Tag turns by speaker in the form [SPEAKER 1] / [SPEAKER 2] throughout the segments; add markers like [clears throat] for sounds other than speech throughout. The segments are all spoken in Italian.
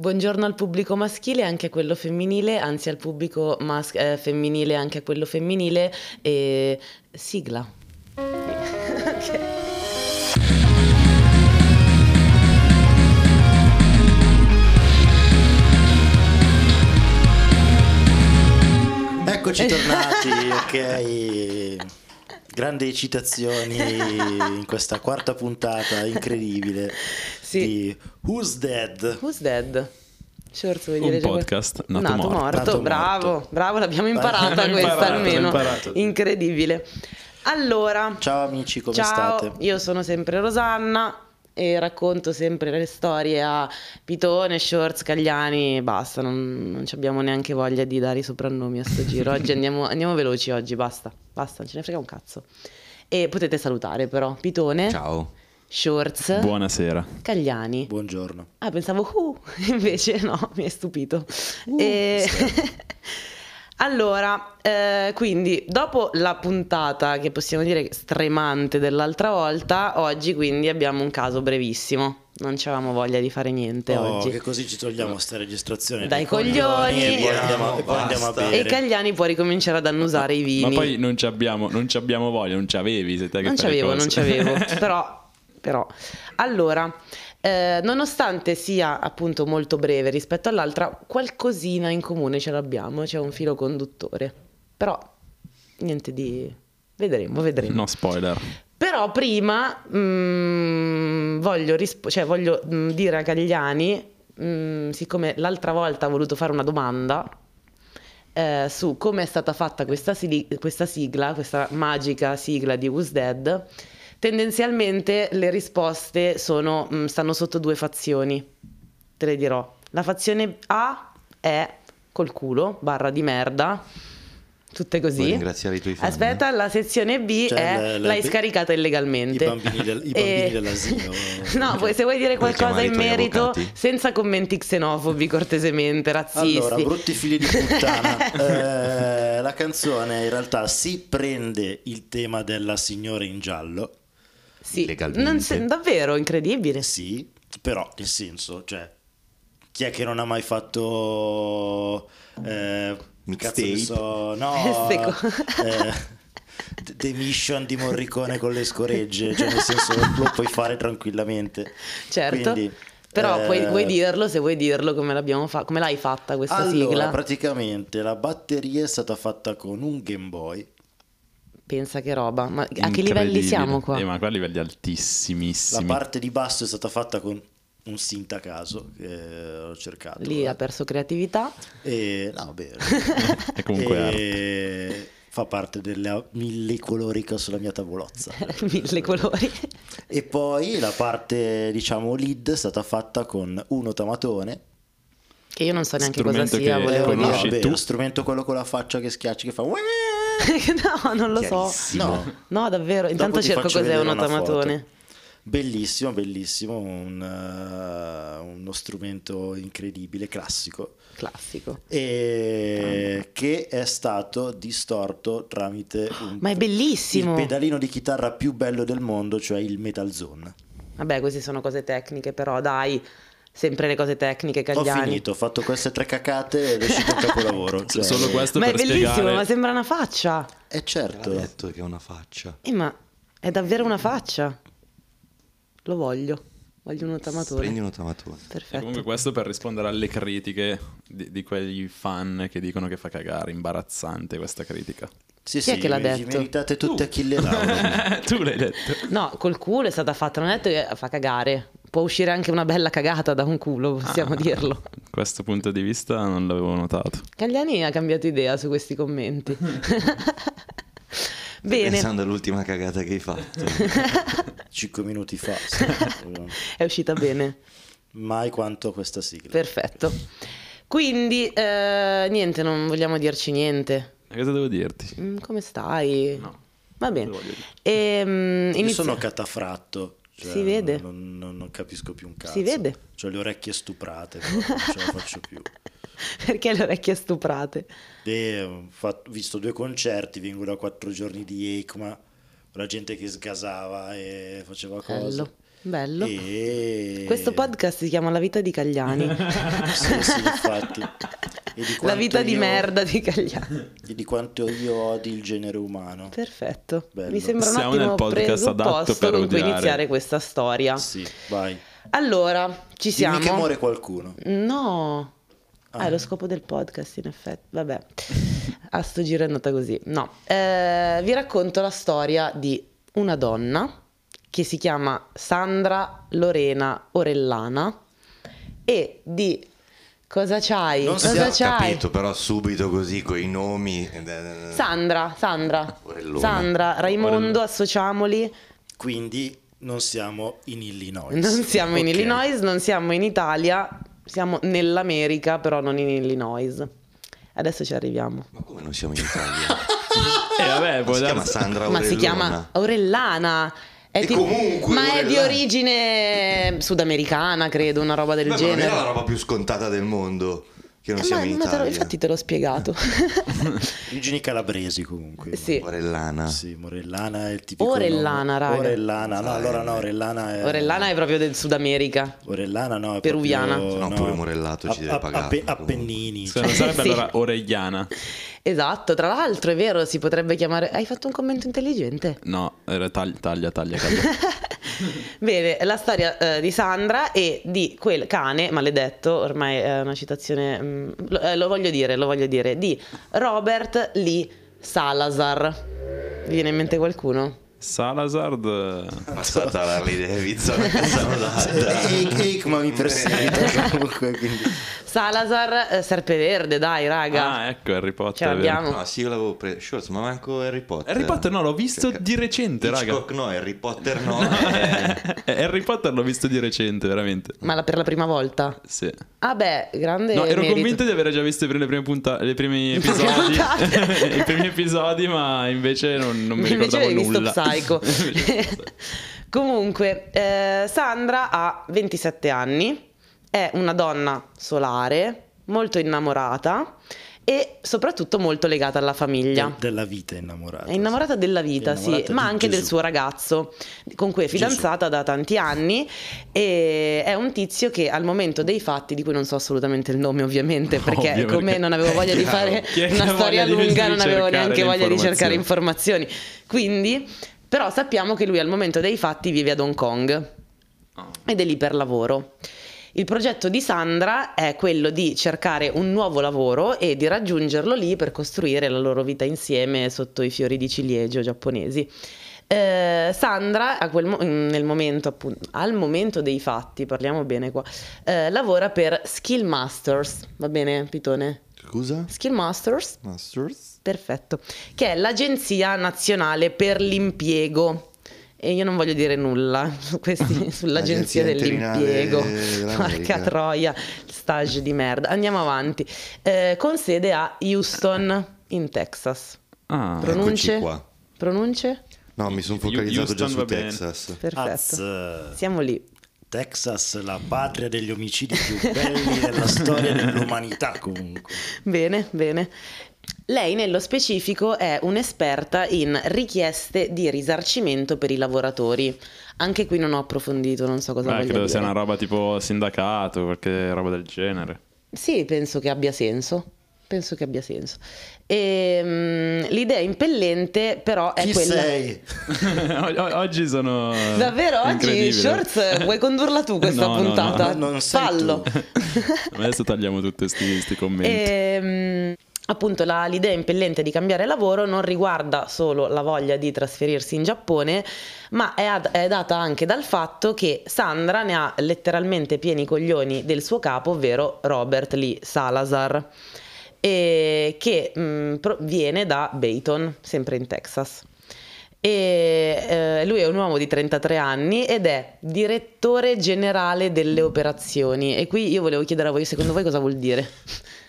[SPEAKER 1] Buongiorno al pubblico maschile e anche a quello femminile, anzi al pubblico mas- eh, femminile e anche a quello femminile e sigla. [laughs]
[SPEAKER 2] Eccoci tornati, ok. Grandi eccitazioni in questa quarta puntata incredibile
[SPEAKER 1] Sì.
[SPEAKER 2] di Who's Dead?
[SPEAKER 1] Who's dead? Shorts vuoi
[SPEAKER 3] Un
[SPEAKER 1] dire già questo?
[SPEAKER 3] podcast nato morto.
[SPEAKER 2] Nato
[SPEAKER 1] bravo,
[SPEAKER 2] morto.
[SPEAKER 1] bravo, l'abbiamo imparata
[SPEAKER 3] L'abbiamo
[SPEAKER 1] questa
[SPEAKER 3] imparata,
[SPEAKER 1] almeno.
[SPEAKER 3] l'abbiamo imparata.
[SPEAKER 1] Incredibile. Allora,
[SPEAKER 2] Ciao amici, come
[SPEAKER 1] Ciao,
[SPEAKER 2] state?
[SPEAKER 1] io sono sempre Rosanna e racconto sempre le storie a Pitone, Shorts, Cagliani e basta, non, non ci abbiamo neanche voglia di dare i soprannomi a sto giro. Oggi andiamo, andiamo veloci oggi, basta, basta, non ce ne frega un cazzo. E potete salutare però Pitone,
[SPEAKER 4] Ciao.
[SPEAKER 1] Shorts,
[SPEAKER 3] Buonasera.
[SPEAKER 1] Cagliani.
[SPEAKER 2] Buongiorno.
[SPEAKER 1] Ah, pensavo uh, [laughs] invece no, mi è stupito. [laughs] E- allora, eh, quindi dopo la puntata che possiamo dire stremante dell'altra volta, oggi quindi abbiamo un caso brevissimo. Non avevamo voglia di fare niente
[SPEAKER 2] Oh,
[SPEAKER 1] oggi.
[SPEAKER 2] che così ci togliamo sta registrazione.
[SPEAKER 1] Dai
[SPEAKER 2] dei e
[SPEAKER 1] coglioni!
[SPEAKER 2] poi andiamo, e poi andiamo a
[SPEAKER 4] Basta.
[SPEAKER 2] bere.
[SPEAKER 1] E Cagliani può ricominciare ad annusare i vini.
[SPEAKER 3] Ma poi non ci abbiamo, non ci abbiamo voglia, non ci avevi. Se te che
[SPEAKER 1] non
[SPEAKER 3] fai le
[SPEAKER 1] c'avevo, non
[SPEAKER 3] cose.
[SPEAKER 1] c'avevo,
[SPEAKER 3] [laughs]
[SPEAKER 1] però, però. Allora, eh, nonostante sia appunto molto breve rispetto all'altra, qualcosina in comune ce l'abbiamo, c'è un filo conduttore. Però, niente di... Vedremo, vedremo.
[SPEAKER 3] no spoiler.
[SPEAKER 1] Però prima mm, voglio, risp- cioè, voglio mm, dire a Gagliani, mm, siccome l'altra volta ha voluto fare una domanda eh, su come è stata fatta questa, sili- questa sigla, questa magica sigla di Who's Dead, tendenzialmente le risposte sono, mm, stanno sotto due fazioni, te le dirò. La fazione A è col culo, barra di merda, tutte così.
[SPEAKER 4] Vuoi ringraziare i tuoi fan?
[SPEAKER 1] Aspetta, la sezione B
[SPEAKER 2] Cioè,
[SPEAKER 1] è
[SPEAKER 2] le- le-
[SPEAKER 1] l'hai scaricata illegalmente. Eh,
[SPEAKER 2] i bambini del- i bambini dell'asilo.
[SPEAKER 1] [laughs] No, poi se vuoi dire
[SPEAKER 4] Vuoi
[SPEAKER 1] qualcosa
[SPEAKER 4] chiamare
[SPEAKER 1] in
[SPEAKER 4] i tuoi
[SPEAKER 1] merito,
[SPEAKER 4] avvocati?
[SPEAKER 1] senza commenti xenofobi, cortesemente, razzisti.
[SPEAKER 2] Allora, brutti figli di
[SPEAKER 1] [laughs]
[SPEAKER 2] puttana. Eh, la canzone in realtà si prende il tema della signora in giallo.
[SPEAKER 1] Sì,
[SPEAKER 4] Illegalmente.
[SPEAKER 1] non se- davvero incredibile.
[SPEAKER 2] Eh Sì, però nel senso, cioè, chi è che non ha mai fatto eh, cazzo ne
[SPEAKER 4] Mixtape.
[SPEAKER 1] [laughs]
[SPEAKER 2] so, no,
[SPEAKER 1] Queste co-
[SPEAKER 2] eh, The- The Mission di Morricone con le scoregge, cioè nel senso lo puoi fare tranquillamente.
[SPEAKER 1] Certo.
[SPEAKER 2] Quindi,
[SPEAKER 1] Però puoi,
[SPEAKER 2] eh,
[SPEAKER 1] puoi dirlo se vuoi dirlo come, l'abbiamo fa- come l'hai fatta questa
[SPEAKER 2] allora,
[SPEAKER 1] sigla.
[SPEAKER 2] praticamente la batteria è stata fatta con un Game Boy.
[SPEAKER 1] Pensa che roba. Ma a che livelli
[SPEAKER 3] Incredibile.
[SPEAKER 1] siamo qua?
[SPEAKER 3] Eh, ma qua a livelli
[SPEAKER 2] La
[SPEAKER 3] altissimissimi.
[SPEAKER 2] parte di basso è stata fatta con un synth a caso che ho cercato. eh,
[SPEAKER 1] Lì ha perso creatività.
[SPEAKER 2] E no, vero.
[SPEAKER 1] [laughs]
[SPEAKER 3] E comunque arte.
[SPEAKER 2] E fa parte della mille colori che ho sulla mia tavolozza.
[SPEAKER 1] [laughs] Mille colori.
[SPEAKER 2] e poi la parte, diciamo, lead è stata fatta con uno tamatone.
[SPEAKER 1] Che io non so neanche cosa
[SPEAKER 3] Strumento
[SPEAKER 1] sia,
[SPEAKER 3] che-
[SPEAKER 1] volevo
[SPEAKER 2] no,
[SPEAKER 3] Eh, conosci
[SPEAKER 1] dire.
[SPEAKER 2] vabbè,
[SPEAKER 3] tu?
[SPEAKER 2] lo strumento quello con la faccia che schiaccia che fa
[SPEAKER 1] [laughs] no, non lo so.
[SPEAKER 4] Chiarissimo.
[SPEAKER 2] No.
[SPEAKER 1] No, davvero, intanto
[SPEAKER 2] Dopo ti
[SPEAKER 1] cerco
[SPEAKER 2] faccio
[SPEAKER 1] cos'è un
[SPEAKER 2] vedere una
[SPEAKER 1] automatone.
[SPEAKER 2] foto. Bellissimo, bellissimo, un, eh, uno strumento incredibile, classico.
[SPEAKER 1] Classico.
[SPEAKER 2] e che è stato distorto tramite un-
[SPEAKER 1] Ma è bellissimo.
[SPEAKER 2] il pedalino di chitarra più bello del mondo, cioè il Metal Zone.
[SPEAKER 1] Vabbè, queste sono cose tecniche, però dai, sempre le cose tecniche,
[SPEAKER 2] Ho
[SPEAKER 1] Cagliani.
[SPEAKER 2] finito, ho fatto queste tre cacate ed è uscito un capolavoro. cioè-
[SPEAKER 3] Solo questo
[SPEAKER 1] Eh, ma è
[SPEAKER 3] per
[SPEAKER 1] bellissimo,
[SPEAKER 3] spiegare.
[SPEAKER 1] ma sembra una faccia.
[SPEAKER 2] Eh
[SPEAKER 4] L'ha
[SPEAKER 2] certo,
[SPEAKER 4] detto che è una faccia.
[SPEAKER 1] Eh, ma è davvero una faccia. Lo voglio. Voglio un ottamatore.
[SPEAKER 4] Prendi un tamatore.
[SPEAKER 3] E
[SPEAKER 1] Perfetto.
[SPEAKER 3] comunque questo per rispondere alle critiche di, di quegli fan che dicono che fa cagare, imbarazzante questa critica.
[SPEAKER 2] sì,
[SPEAKER 1] Chi è
[SPEAKER 2] sì,
[SPEAKER 1] che l'ha
[SPEAKER 2] vi
[SPEAKER 1] detto?
[SPEAKER 2] meritate tutte Achille Lauro.
[SPEAKER 3] [laughs] tu l'hai detto.
[SPEAKER 1] No, col culo è stata fatta, non è detto che fa cagare. Può uscire anche una bella cagata da un culo, possiamo
[SPEAKER 3] Ah.
[SPEAKER 1] dirlo.
[SPEAKER 3] Questo punto di vista non l'avevo notato.
[SPEAKER 1] Cagliani ha cambiato idea su questi
[SPEAKER 2] [laughs]
[SPEAKER 1] commenti. Bene.
[SPEAKER 4] Pensando all'ultima cagata che hai fatto.
[SPEAKER 2] 5 minuti
[SPEAKER 1] [laughs]
[SPEAKER 2] fa. sì.
[SPEAKER 1] È uscita bene.
[SPEAKER 2] Mai quanto questa sigla.
[SPEAKER 1] Perfetto. Quindi, eh, niente, non vogliamo dirci niente.
[SPEAKER 3] Ma Cosa devo dirti? Eh,
[SPEAKER 1] Mm, come stai?
[SPEAKER 3] No.
[SPEAKER 1] Va bene.
[SPEAKER 3] Cosa voglio dire?
[SPEAKER 1] Ehm,
[SPEAKER 2] Io
[SPEAKER 1] inizia- [laughs]
[SPEAKER 2] sono catafratto. cioè,
[SPEAKER 1] Si vede.
[SPEAKER 2] Non, non- non capisco più un cazzo.
[SPEAKER 1] Si vede.
[SPEAKER 2] Ho le orecchie stuprate, però non ce la faccio più.
[SPEAKER 1] Perché le orecchie stuprate?
[SPEAKER 2] E ho fatto- visto due concerti, vengo da quattro giorni di ECMA, con la gente che sgasava e faceva cose.
[SPEAKER 1] Bello. Bello.
[SPEAKER 2] E...
[SPEAKER 1] Questo podcast si chiama La vita di Cagliani.
[SPEAKER 2] [laughs] Sì, sì, infatti. E di
[SPEAKER 1] La
[SPEAKER 2] quanto
[SPEAKER 1] vita di
[SPEAKER 2] io-
[SPEAKER 1] merda di Cagliani.
[SPEAKER 2] E di quanto io odi il genere umano.
[SPEAKER 1] Perfetto.
[SPEAKER 2] Bello.
[SPEAKER 1] Mi sembra un
[SPEAKER 3] Siamo
[SPEAKER 1] ottimo
[SPEAKER 3] nel podcast adatto
[SPEAKER 1] presupposto
[SPEAKER 3] per
[SPEAKER 1] con cui
[SPEAKER 3] odiare.
[SPEAKER 1] iniziare questa storia.
[SPEAKER 2] Sì, vai.
[SPEAKER 1] Allora, ci siamo.
[SPEAKER 2] Dimmi che muore qualcuno.
[SPEAKER 1] No.
[SPEAKER 2] Ah.
[SPEAKER 1] Ah, è lo scopo del podcast, in effetti. Vabbè, [laughs] a sto giro è andata così. No, Eh, vi racconto la storia di una donna che si chiama Sandra Lorena Orellana e di cosa c'hai?
[SPEAKER 2] Non
[SPEAKER 1] [laughs]
[SPEAKER 2] si
[SPEAKER 1] cosa
[SPEAKER 2] è
[SPEAKER 1] c'hai?
[SPEAKER 4] Capito, però subito così con i nomi. eh, eh, eh.
[SPEAKER 1] Sandra, Sandra,
[SPEAKER 4] Orellona.
[SPEAKER 1] Sandra, Raimondo,
[SPEAKER 3] Orellona.
[SPEAKER 1] associamoli.
[SPEAKER 2] Ah, Quindi non siamo in Illinois.
[SPEAKER 1] Non siamo in
[SPEAKER 2] Ok.
[SPEAKER 1] Illinois, non siamo in Italia, siamo nell'America, però non in Illinois. Adesso ci arriviamo.
[SPEAKER 4] Ma come non siamo in
[SPEAKER 1] [laughs]
[SPEAKER 4] Italia?
[SPEAKER 3] E vabbè,
[SPEAKER 4] Ma
[SPEAKER 3] può
[SPEAKER 4] si
[SPEAKER 3] darsi-
[SPEAKER 4] chiama Sandra
[SPEAKER 1] Eh, Ma si
[SPEAKER 4] Orellona.
[SPEAKER 1] chiama Orellana. È
[SPEAKER 4] E comunque
[SPEAKER 1] ma è di
[SPEAKER 4] Orellana.
[SPEAKER 1] origine sudamericana, credo, una roba del
[SPEAKER 4] Beh, ma non
[SPEAKER 1] genere.
[SPEAKER 4] era la roba più scontata del mondo che non
[SPEAKER 1] Eh,
[SPEAKER 4] siamo
[SPEAKER 1] ma-
[SPEAKER 4] in
[SPEAKER 1] ma te lo-
[SPEAKER 4] Italia.
[SPEAKER 1] infatti te
[SPEAKER 4] [laughs]
[SPEAKER 1] l'ho spiegato.
[SPEAKER 2] Origini calabresi comunque.
[SPEAKER 1] sì.
[SPEAKER 4] Orellana.
[SPEAKER 2] Sì, Morellana è il tipico
[SPEAKER 1] Orellana,
[SPEAKER 2] nome.
[SPEAKER 1] raga.
[SPEAKER 2] Orellana, no,
[SPEAKER 4] Dai.
[SPEAKER 2] allora no, Orellana
[SPEAKER 4] Eh.
[SPEAKER 2] è...
[SPEAKER 1] Orellana è proprio del Sud America.
[SPEAKER 2] Orellana no, è
[SPEAKER 1] Peruviana.
[SPEAKER 2] proprio-
[SPEAKER 4] No, pure Morellato ci deve pagare,
[SPEAKER 2] Appe-
[SPEAKER 4] comunque.
[SPEAKER 2] Appennini. Cioè,
[SPEAKER 3] Se non sarebbe
[SPEAKER 1] Sì.
[SPEAKER 3] allora Oregliana.
[SPEAKER 1] Esatto, tra l'altro è vero, si potrebbe chiamare... Hai fatto un commento intelligente.
[SPEAKER 3] No, era taglia, taglia, taglia. [laughs] taglia.
[SPEAKER 1] [laughs] Bene, la storia eh, di Sandra e di quel cane maledetto, ormai è una citazione, mm, lo, eh, lo voglio dire, lo voglio dire, di Robert Lee Salazar. Vi viene in mente qualcuno?
[SPEAKER 3] Salazard.
[SPEAKER 4] Passata la Harley
[SPEAKER 1] [laughs]
[SPEAKER 4] Davidson. sono
[SPEAKER 2] [laughs]
[SPEAKER 4] data.
[SPEAKER 2] Ehi, ehi, ma mi perseguita comunque, quindi...
[SPEAKER 1] Salazar, eh, serpeverde, dai raga.
[SPEAKER 3] Ah, ecco Harry Potter.
[SPEAKER 1] Ce
[SPEAKER 3] è vero.
[SPEAKER 1] l'abbiamo.
[SPEAKER 4] [laughs] No, sì, io l'avevo preso. Schwarz, ma manco Harry Potter.
[SPEAKER 3] Harry Potter no, l'ho visto
[SPEAKER 4] Perché-
[SPEAKER 3] di recente, raga.
[SPEAKER 4] Hitchcock no, Harry Potter no. eh.
[SPEAKER 3] [laughs] [laughs] Eh, Harry Potter l'ho visto di recente, veramente.
[SPEAKER 1] Ma la- per la prima volta?
[SPEAKER 3] Sì.
[SPEAKER 1] Ah beh, grande
[SPEAKER 3] No, ero
[SPEAKER 1] merito.
[SPEAKER 3] convinto di aver già visto le prime puntate, le primi episodi, [laughs] i primi episodi, ma invece non, non mi
[SPEAKER 1] Invece
[SPEAKER 3] ricordavo
[SPEAKER 1] avevi visto
[SPEAKER 3] nulla.
[SPEAKER 1] Psycho. [laughs]
[SPEAKER 3] [laughs] Invece-
[SPEAKER 1] Comunque, eh, Sandra ha 27 anni, è una donna solare, molto innamorata e soprattutto molto legata alla famiglia.
[SPEAKER 2] De- della vita innamorata.
[SPEAKER 1] È innamorata della vita,
[SPEAKER 2] È
[SPEAKER 1] sì,
[SPEAKER 2] innamorata
[SPEAKER 1] ma
[SPEAKER 2] di
[SPEAKER 1] anche del
[SPEAKER 2] Gesù.
[SPEAKER 1] suo ragazzo, con cui è fidanzata da tanti anni. E è un tizio che al momento dei fatti, di cui non so assolutamente il nome, ovviamente, perché
[SPEAKER 3] Ovvio,
[SPEAKER 1] come
[SPEAKER 3] perché-
[SPEAKER 1] non avevo voglia di fare
[SPEAKER 3] Chi è che
[SPEAKER 1] una
[SPEAKER 3] ha
[SPEAKER 1] storia
[SPEAKER 3] voglia di
[SPEAKER 1] lunga, non avevo
[SPEAKER 3] cercare
[SPEAKER 1] neanche
[SPEAKER 3] le
[SPEAKER 1] voglia di cercare informazioni. Quindi, però sappiamo che lui al momento dei fatti vive ad Hong Kong
[SPEAKER 3] Oh.
[SPEAKER 1] ed è lì per lavoro. Il progetto di Sandra è quello di cercare un nuovo lavoro e di raggiungerlo lì per costruire la loro vita insieme sotto i fiori di ciliegio giapponesi. Eh, Sandra, a quel mo- mm, nel momento, appunto, al momento dei fatti, parliamo bene qua, eh, lavora per Skill Masters, va bene Pitone?
[SPEAKER 4] Scusa?
[SPEAKER 1] Skill Masters,
[SPEAKER 4] Masters?
[SPEAKER 1] perfetto, che è l'Agenzia Nazionale per l'Impiego. E io non voglio dire nulla
[SPEAKER 4] [laughs]
[SPEAKER 1] su questi-
[SPEAKER 4] L'agenzia
[SPEAKER 1] sull'Agenzia dell'Impiego.
[SPEAKER 4] interinale dell'America.
[SPEAKER 1] Porca troia, stage di merda. Andiamo avanti. Eh, con sede a Houston, in Texas.
[SPEAKER 3] Ah,
[SPEAKER 4] Eccoci
[SPEAKER 1] Pronunce?
[SPEAKER 4] qua.
[SPEAKER 1] Pronunce?
[SPEAKER 4] No, mi sono
[SPEAKER 3] Houston
[SPEAKER 4] focalizzato già
[SPEAKER 3] va
[SPEAKER 4] su
[SPEAKER 3] bene.
[SPEAKER 4] Texas.
[SPEAKER 1] Perfetto.
[SPEAKER 2] Az,
[SPEAKER 1] Siamo lì.
[SPEAKER 2] Texas, la patria degli omicidi più belli della storia dell'umanità comunque.
[SPEAKER 1] Bene, bene. Lei nello specifico è un'esperta in richieste di risarcimento per i lavoratori. Anche qui non ho approfondito, non so cosa
[SPEAKER 3] beh,
[SPEAKER 1] voglia
[SPEAKER 3] credo
[SPEAKER 1] dire.
[SPEAKER 3] sia una roba tipo sindacato, qualche roba del genere. [laughs]
[SPEAKER 1] Sì, penso che abbia senso. Penso che abbia senso. Ehm, l'idea impellente, però, è
[SPEAKER 2] Chi
[SPEAKER 1] quella.
[SPEAKER 2] sei?
[SPEAKER 3] O- o- oggi sono
[SPEAKER 1] Davvero oggi,
[SPEAKER 3] incredibile.
[SPEAKER 1] Shorts, vuoi condurla tu questa
[SPEAKER 3] No, no, no.
[SPEAKER 1] puntata?
[SPEAKER 2] No, non sei
[SPEAKER 1] Fallo.
[SPEAKER 2] tu.
[SPEAKER 1] [laughs]
[SPEAKER 3] [laughs] Adesso tagliamo tutti questi commenti.
[SPEAKER 1] Ehm, appunto, la- l'idea impellente di cambiare lavoro non riguarda solo la voglia di trasferirsi in Giappone, ma è, ad- è data anche dal fatto che Sandra ne ha letteralmente pieni i coglioni del suo capo, ovvero Robert Lee Salazar, e che mh, pro- viene da Bayton, sempre in Texas. E eh, lui è un uomo di 33 anni ed è direttore generale delle operazioni. E qui io volevo chiedere a voi, secondo voi cosa vuol dire?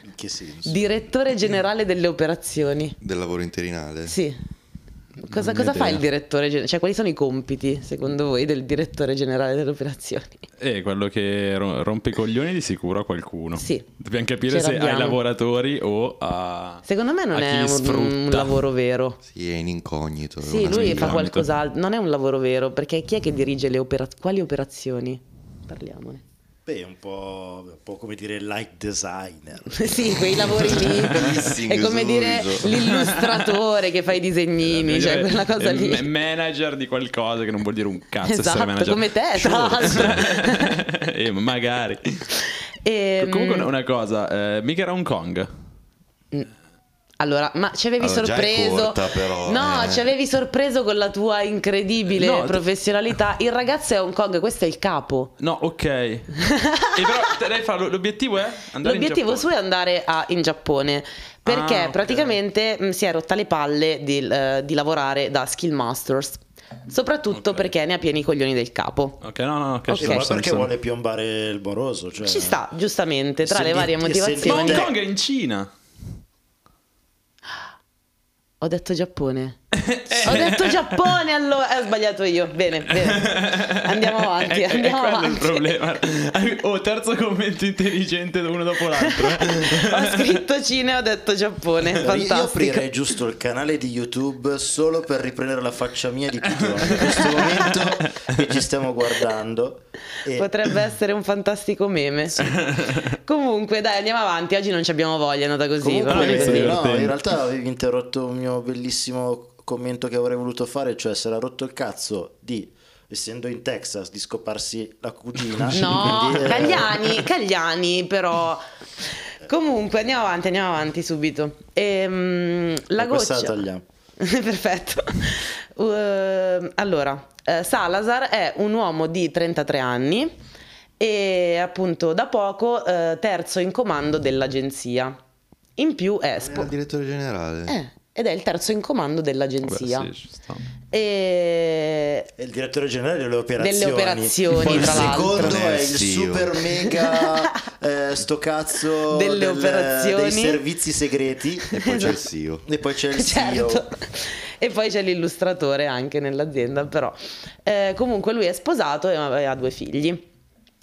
[SPEAKER 2] In che senso?
[SPEAKER 1] Direttore generale delle operazioni.
[SPEAKER 4] Del lavoro interinale?
[SPEAKER 1] Sì. Cosa,
[SPEAKER 3] Non
[SPEAKER 1] cosa
[SPEAKER 3] idea.
[SPEAKER 1] fa il direttore generale? Cioè, quali sono i compiti, secondo voi, del direttore generale delle operazioni?
[SPEAKER 3] E Eh, quello che ro- rompe i coglioni di sicuro a qualcuno.
[SPEAKER 1] Sì.
[SPEAKER 3] Dobbiamo capire
[SPEAKER 1] Ce
[SPEAKER 3] se ai
[SPEAKER 1] l'abbiamo.
[SPEAKER 3] lavoratori o a.
[SPEAKER 1] Secondo me non
[SPEAKER 3] a chi
[SPEAKER 1] è un,
[SPEAKER 3] li
[SPEAKER 1] un
[SPEAKER 3] sfrutta.
[SPEAKER 1] lavoro vero.
[SPEAKER 4] Sì, è in incognito. è
[SPEAKER 1] Sì,
[SPEAKER 4] una
[SPEAKER 1] lui fa
[SPEAKER 4] minchia.
[SPEAKER 1] qualcos'altro. Non è un lavoro vero, perché chi è che dirige le operazioni? Quali operazioni? Parliamone. [laughs]
[SPEAKER 2] Beh, un po', un po' come dire light designer.
[SPEAKER 1] sì, quei lavori lì.
[SPEAKER 3] [laughs]
[SPEAKER 4] Bellissimo,
[SPEAKER 1] è come dire
[SPEAKER 4] Suso.
[SPEAKER 1] l'illustratore che fa i
[SPEAKER 3] Eh,
[SPEAKER 1] disegnini, cioè quella cosa
[SPEAKER 3] Esatto. è-
[SPEAKER 1] lì.
[SPEAKER 3] È manager di qualcosa che non vuol dire un cazzo essere
[SPEAKER 1] Esatto,
[SPEAKER 3] manager.
[SPEAKER 1] come te, tra l'altro.
[SPEAKER 3] [laughs] eh, magari.
[SPEAKER 1] Ehm,
[SPEAKER 3] Comunque una- una cosa, eh, mica era Hong Kong.
[SPEAKER 1] Allora, ma ci avevi
[SPEAKER 4] Allora, già è
[SPEAKER 1] sorpreso.
[SPEAKER 4] corta, però,
[SPEAKER 1] no,
[SPEAKER 4] eh.
[SPEAKER 1] ci avevi sorpreso con la tua incredibile
[SPEAKER 3] No, t-
[SPEAKER 1] professionalità. Il ragazzo è Hong Kong, questo è il capo.
[SPEAKER 3] No, ok. e però te- lei fa- l'obiettivo è andare in
[SPEAKER 1] L'obiettivo
[SPEAKER 3] Giappone.
[SPEAKER 1] suo è andare a- in Giappone perché
[SPEAKER 3] Ah, ok.
[SPEAKER 1] praticamente mh, si è rotta le palle di, eh, di lavorare da skill masters, soprattutto
[SPEAKER 3] Ok.
[SPEAKER 1] perché ne ha pieni i coglioni del capo.
[SPEAKER 3] Ok, no, no, no, che
[SPEAKER 1] Ok.
[SPEAKER 3] ci
[SPEAKER 2] Eh, Ma perché
[SPEAKER 3] sono, sono, sono.
[SPEAKER 2] vuole piombare il boroso? Cioè...
[SPEAKER 1] Ci sta, giustamente, tra
[SPEAKER 2] Se
[SPEAKER 1] le
[SPEAKER 2] di-
[SPEAKER 1] varie
[SPEAKER 2] se di-
[SPEAKER 3] Ma
[SPEAKER 1] motivazioni.
[SPEAKER 3] Hong
[SPEAKER 2] Sì.
[SPEAKER 3] Kong è in Cina.
[SPEAKER 1] Ho detto Giappone.
[SPEAKER 3] Eh.
[SPEAKER 1] Ho detto
[SPEAKER 3] [laughs]
[SPEAKER 1] Giappone allora. Eh, Ho sbagliato io. Bene, bene. Andiamo avanti.
[SPEAKER 3] Eh, È- è-
[SPEAKER 1] andiamo
[SPEAKER 3] è quello
[SPEAKER 1] avanti.
[SPEAKER 3] il problema. Oh, terzo commento intelligente uno
[SPEAKER 1] [laughs]
[SPEAKER 3] dopo l'altro. eh.
[SPEAKER 1] ho scritto Cina e ho detto Giappone.
[SPEAKER 2] Allora, io- Io
[SPEAKER 1] Fantastico.
[SPEAKER 2] aprirei giusto il canale di YouTube solo per riprendere la faccia mia di Pitone
[SPEAKER 1] [laughs]
[SPEAKER 2] in questo momento che ci stiamo guardando. E
[SPEAKER 1] Potrebbe essere un fantastico meme. Comunque, dai, andiamo avanti. Oggi non ci abbiamo voglia, è andata così.
[SPEAKER 2] comunque,
[SPEAKER 1] va bene
[SPEAKER 3] eh,
[SPEAKER 1] così.
[SPEAKER 3] sì.
[SPEAKER 2] no,
[SPEAKER 3] divertente.
[SPEAKER 2] in realtà avevi interrotto un mio bellissimo commento che avrei voluto fare, cioè se era rotto il cazzo di essendo in Texas di scoparsi la cugina.
[SPEAKER 1] No,
[SPEAKER 2] quindi, eh,
[SPEAKER 1] Cagliani, Cagliani però. Comunque, andiamo avanti, andiamo avanti subito. Ehm, la
[SPEAKER 2] questa
[SPEAKER 1] goccia.
[SPEAKER 2] la tagliamo.
[SPEAKER 1] [laughs] Perfetto. Ehm, allora, eh, Salazar è un uomo di 33 anni e appunto da poco eh, terzo in comando dell'agenzia. In più è...
[SPEAKER 4] Era il
[SPEAKER 1] spo-
[SPEAKER 4] direttore generale.
[SPEAKER 1] eh, ed è il terzo in comando dell'agenzia.
[SPEAKER 3] Beh, sì, ci sta.
[SPEAKER 1] E
[SPEAKER 2] È il direttore generale delle operazioni.
[SPEAKER 1] Delle operazioni,
[SPEAKER 2] Poi il
[SPEAKER 1] tra l'altro.
[SPEAKER 2] secondo è il
[SPEAKER 4] Impressivo.
[SPEAKER 2] super
[SPEAKER 1] [laughs]
[SPEAKER 2] mega eh, sto cazzo eh,
[SPEAKER 1] Delle operazioni.
[SPEAKER 2] dei servizi segreti.
[SPEAKER 4] E poi
[SPEAKER 2] [laughs]
[SPEAKER 4] c'è il CEO.
[SPEAKER 2] E poi c'è il CEO.
[SPEAKER 1] Certo. [laughs] E poi c'è l'illustratore anche nell'azienda, però. Eh, comunque lui è sposato e ha- e ha due figli.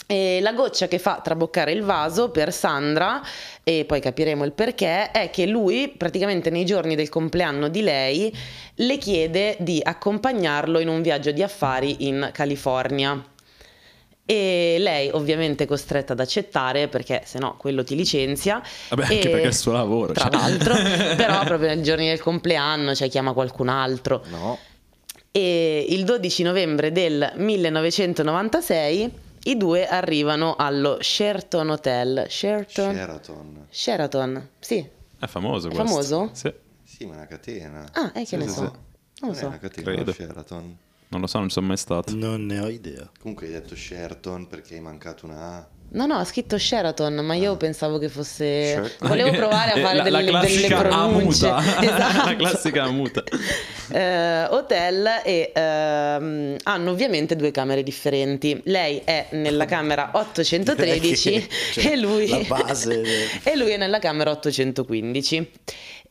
[SPEAKER 1] E la goccia che fa traboccare il vaso per Sandra, e poi capiremo il perché, è che lui praticamente nei giorni del compleanno di lei le chiede di accompagnarlo in un viaggio di affari in California. E lei ovviamente è costretta ad accettare perché se no quello ti licenzia
[SPEAKER 3] Vabbè, anche
[SPEAKER 1] e-
[SPEAKER 3] perché è il suo lavoro.
[SPEAKER 1] Tra
[SPEAKER 3] cioè. [laughs]
[SPEAKER 1] l'altro, però proprio nei giorni del compleanno, cioè chiama qualcun altro.
[SPEAKER 4] No.
[SPEAKER 1] E il 12 novembre del 1996 i due arrivano allo Sheraton Hotel. Sheraton?
[SPEAKER 4] Sheraton.
[SPEAKER 1] Sheraton, sì.
[SPEAKER 3] È famoso
[SPEAKER 1] È
[SPEAKER 3] questo.
[SPEAKER 1] famoso?
[SPEAKER 3] Sì.
[SPEAKER 4] Sì, ma è una catena.
[SPEAKER 1] Ah, eh, che ne so. Non lo
[SPEAKER 4] Non è
[SPEAKER 1] so.
[SPEAKER 5] Eh,
[SPEAKER 4] una catena,
[SPEAKER 3] Credo.
[SPEAKER 4] Sheraton.
[SPEAKER 3] Non lo so, non ci sono mai stato.
[SPEAKER 2] Non ne ho idea.
[SPEAKER 4] Comunque hai detto Sheraton perché hai mancato una A.
[SPEAKER 1] No, no, ha scritto Sheraton, ma io pensavo che fosse...
[SPEAKER 4] Sheraton.
[SPEAKER 3] [laughs]
[SPEAKER 1] Volevo provare a
[SPEAKER 3] Ah. Eh,
[SPEAKER 1] fare
[SPEAKER 3] la,
[SPEAKER 1] delle,
[SPEAKER 3] la
[SPEAKER 1] delle
[SPEAKER 3] classica A
[SPEAKER 1] pronunce.
[SPEAKER 3] muta.
[SPEAKER 1] [laughs] Esatto.
[SPEAKER 3] [laughs] la classica A muta.
[SPEAKER 1] Eh, hotel e ehm, hanno ovviamente due camere differenti. Lei è
[SPEAKER 3] [laughs]
[SPEAKER 1] nella camera 813
[SPEAKER 2] Direi che,
[SPEAKER 1] [laughs]
[SPEAKER 2] cioè,
[SPEAKER 1] e lui
[SPEAKER 2] la
[SPEAKER 1] [laughs]
[SPEAKER 2] base del-
[SPEAKER 1] e lui è nella camera 815.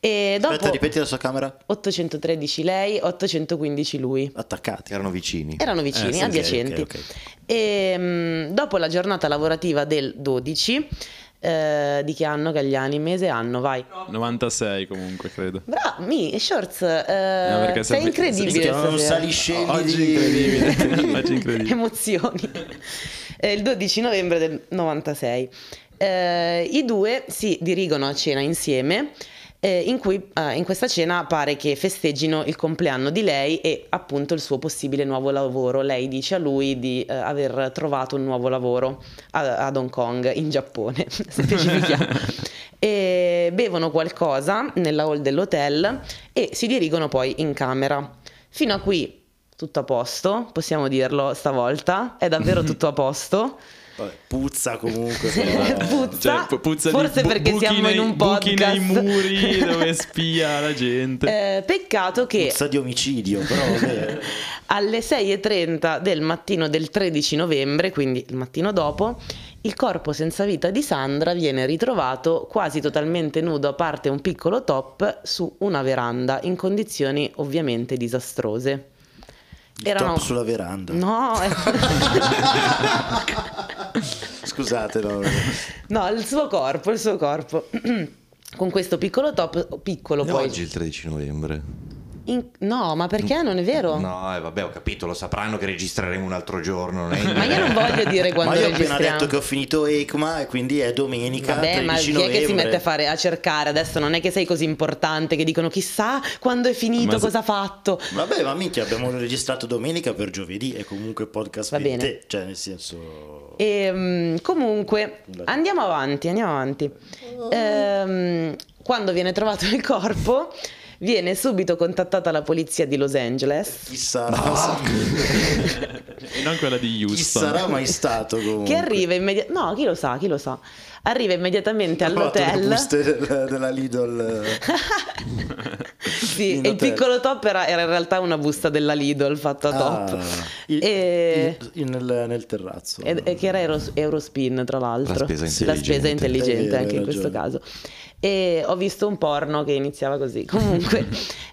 [SPEAKER 1] E dopo
[SPEAKER 2] Aspetta, ripeti la sua camera.
[SPEAKER 1] 813 lei, 815 lui.
[SPEAKER 2] Attaccati.
[SPEAKER 4] Erano vicini.
[SPEAKER 1] Erano vicini,
[SPEAKER 3] Eh, sì, sì,
[SPEAKER 1] adiacenti.
[SPEAKER 2] ok, ok.
[SPEAKER 1] E, mm, dopo la giornata lavorativa del 12 eh, di che anno Gagliani? Mese anno, vai.
[SPEAKER 3] 96 comunque, credo.
[SPEAKER 1] Bravo, mi, Shorts, eh,
[SPEAKER 3] perché
[SPEAKER 1] sei
[SPEAKER 3] sempre-
[SPEAKER 1] incredibile.
[SPEAKER 2] Minchia, ma un
[SPEAKER 1] stasera.
[SPEAKER 3] [laughs]
[SPEAKER 2] saliscendi
[SPEAKER 3] Oggi è
[SPEAKER 2] di-
[SPEAKER 3] incredibile. Oggi è incredibile.
[SPEAKER 1] emozioni. Eh, il 12 novembre del 96. Eh, I due si dirigono a cena insieme. eh, in, cui, eh, in questa cena pare che festeggino il compleanno di lei e appunto il suo possibile nuovo lavoro. Lei dice a lui di eh, aver trovato un nuovo lavoro a, ad Hong Kong, in Giappone, [laughs] specifichiamo. e bevono qualcosa nella hall dell'hotel e si dirigono poi in camera. Fino a qui tutto a posto, possiamo dirlo stavolta, è davvero tutto a posto.
[SPEAKER 2] [laughs] Vabbè, puzza comunque. però- eh.
[SPEAKER 1] [laughs] puzza,
[SPEAKER 3] Cioè, pu- puzza di
[SPEAKER 1] forse
[SPEAKER 3] bu-
[SPEAKER 1] perché
[SPEAKER 3] buchi
[SPEAKER 1] siamo in
[SPEAKER 3] nei-
[SPEAKER 1] un
[SPEAKER 3] buchi
[SPEAKER 1] podcast.
[SPEAKER 3] nei
[SPEAKER 1] [laughs]
[SPEAKER 3] muri dove spia la gente.
[SPEAKER 1] Eh, peccato che
[SPEAKER 2] Puzza di omicidio, però
[SPEAKER 1] [laughs]
[SPEAKER 2] vabbè.
[SPEAKER 1] alle 6.30 del mattino del 13 novembre, quindi il mattino dopo, Il corpo senza vita di Sandra viene ritrovato quasi totalmente nudo, a parte un piccolo top, su una veranda, in condizioni ovviamente disastrose.
[SPEAKER 2] Il top sulla veranda.
[SPEAKER 1] No,
[SPEAKER 2] [laughs]
[SPEAKER 1] eh. [laughs]
[SPEAKER 3] [laughs]
[SPEAKER 2] Scusate, no.
[SPEAKER 1] no, il suo corpo, il suo corpo. [clears throat] Con questo piccolo top, piccolo
[SPEAKER 4] E
[SPEAKER 1] poi...
[SPEAKER 4] Oggi è il 13 novembre.
[SPEAKER 1] In- No, ma perché non è vero?
[SPEAKER 4] No, eh, vabbè, ho capito, lo sapranno che registreremo un altro giorno. non è in
[SPEAKER 1] [laughs] Ma io non voglio dire quando
[SPEAKER 2] [laughs] Eh, Ma io ho appena
[SPEAKER 1] registriamo.
[SPEAKER 2] detto che ho finito ECMA e quindi è domenica
[SPEAKER 1] Vabbè, ma
[SPEAKER 2] 13
[SPEAKER 1] chi è
[SPEAKER 2] novembre.
[SPEAKER 1] che si mette a fare a cercare adesso? Non è che sei così importante che dicono chissà quando è finito,
[SPEAKER 3] Ma se-
[SPEAKER 1] cosa ha fatto.
[SPEAKER 2] Vabbè, ma minchia, abbiamo registrato domenica per giovedì e comunque podcast
[SPEAKER 1] Va
[SPEAKER 2] di
[SPEAKER 1] bene.
[SPEAKER 2] te, cioè nel senso
[SPEAKER 1] E, mm, comunque andiamo avanti, andiamo avanti. Ehm, quando viene trovato il corpo, viene subito contattata la polizia di Los Angeles.
[SPEAKER 2] chi
[SPEAKER 3] [laughs]
[SPEAKER 2] sarà,
[SPEAKER 3] E non quella di
[SPEAKER 2] chi
[SPEAKER 3] Houston.
[SPEAKER 2] sarà mai stato comunque.
[SPEAKER 1] Che arriva immediatamente. No, chi lo sa, chi lo sa. Arriva immediatamente
[SPEAKER 2] Ho provato le
[SPEAKER 1] all'hotel.
[SPEAKER 2] buste del- della Lidl.
[SPEAKER 1] [laughs] sì,
[SPEAKER 2] in
[SPEAKER 1] e il
[SPEAKER 2] hotel.
[SPEAKER 1] piccolo top era, era in realtà una busta della Lidl fatta a
[SPEAKER 2] Ah,
[SPEAKER 1] top.
[SPEAKER 2] i-
[SPEAKER 1] E-
[SPEAKER 2] i- in- nel, nel terrazzo.
[SPEAKER 1] Ed- e che era Euro- Eurospin tra l'altro
[SPEAKER 4] La spesa
[SPEAKER 1] La
[SPEAKER 4] intelligente.
[SPEAKER 1] spesa intelligente,
[SPEAKER 2] Eh, hai
[SPEAKER 1] anche in questo
[SPEAKER 2] ragione.
[SPEAKER 1] caso e ho visto un porno che iniziava così
[SPEAKER 2] [laughs]
[SPEAKER 1] comunque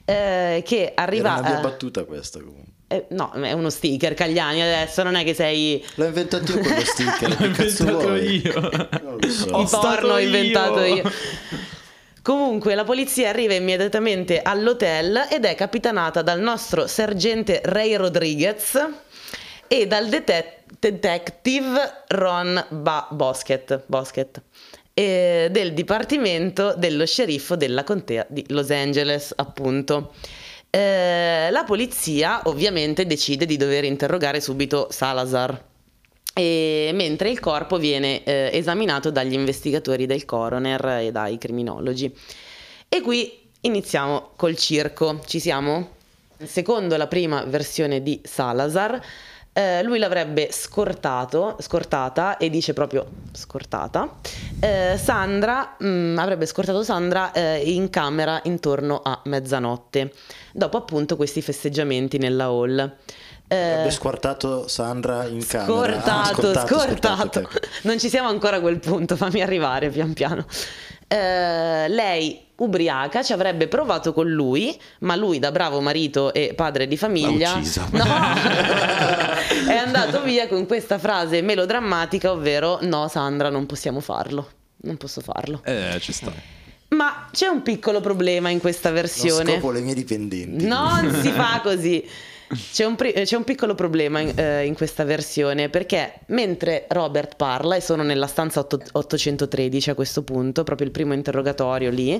[SPEAKER 1] eh, che
[SPEAKER 2] Era una
[SPEAKER 1] arriva
[SPEAKER 2] mia
[SPEAKER 1] eh,
[SPEAKER 2] battuta questa comunque.
[SPEAKER 1] eh, no è uno sticker Cagliani adesso non è che sei
[SPEAKER 2] L'ho inventato io quello sticker.
[SPEAKER 3] [laughs] [laughs] L'ho
[SPEAKER 2] che cazzo
[SPEAKER 3] inventato
[SPEAKER 2] vuoi?
[SPEAKER 3] io.
[SPEAKER 2] Non lo so.
[SPEAKER 3] Oh,
[SPEAKER 1] il
[SPEAKER 3] stato
[SPEAKER 1] porno ho
[SPEAKER 3] io!
[SPEAKER 1] inventato io [laughs] comunque la polizia arriva immediatamente all'hotel ed è capitanata dal nostro sergente Ray Rodriguez e dal dete- detective Ron Ba- Bosket, Bosket, eh, del dipartimento dello sceriffo della contea di Los Angeles, appunto. Eh, la polizia ovviamente decide di dover interrogare subito Salazar. e- mentre il corpo viene eh, esaminato dagli investigatori del coroner e dai criminologi. E qui iniziamo col circo. Ci siamo? Secondo la prima versione di Salazar, eh, lui l'avrebbe scortato, scortata, e dice proprio scortata, eh, Sandra, mm, avrebbe scortato Sandra eh, in camera intorno a mezzanotte, dopo appunto questi festeggiamenti nella hall. Eh,
[SPEAKER 2] Avrebbe squartato Sandra in camera. Ah,
[SPEAKER 1] Scortato, scortato,
[SPEAKER 2] ok.
[SPEAKER 1] Non ci siamo ancora a quel punto, fammi arrivare pian piano. Eh, lei, ubriaca, ci avrebbe provato con lui, ma lui, da bravo marito e padre di famiglia,
[SPEAKER 4] L'ha ucciso.
[SPEAKER 1] No! è andato via con questa frase melodrammatica, ovvero: No, Sandra, non possiamo farlo. Non posso farlo.
[SPEAKER 3] [laughs] Eh, ci sta.
[SPEAKER 1] Ma c'è un piccolo problema in questa
[SPEAKER 2] Non
[SPEAKER 1] versione.
[SPEAKER 2] scopo le mie dipendenti.
[SPEAKER 1] Non si fa così. C'è un, pri- eh, c'è un piccolo problema in, eh, in questa versione perché mentre Robert parla, e sono nella stanza otto- 813 a questo punto, proprio il primo interrogatorio lì,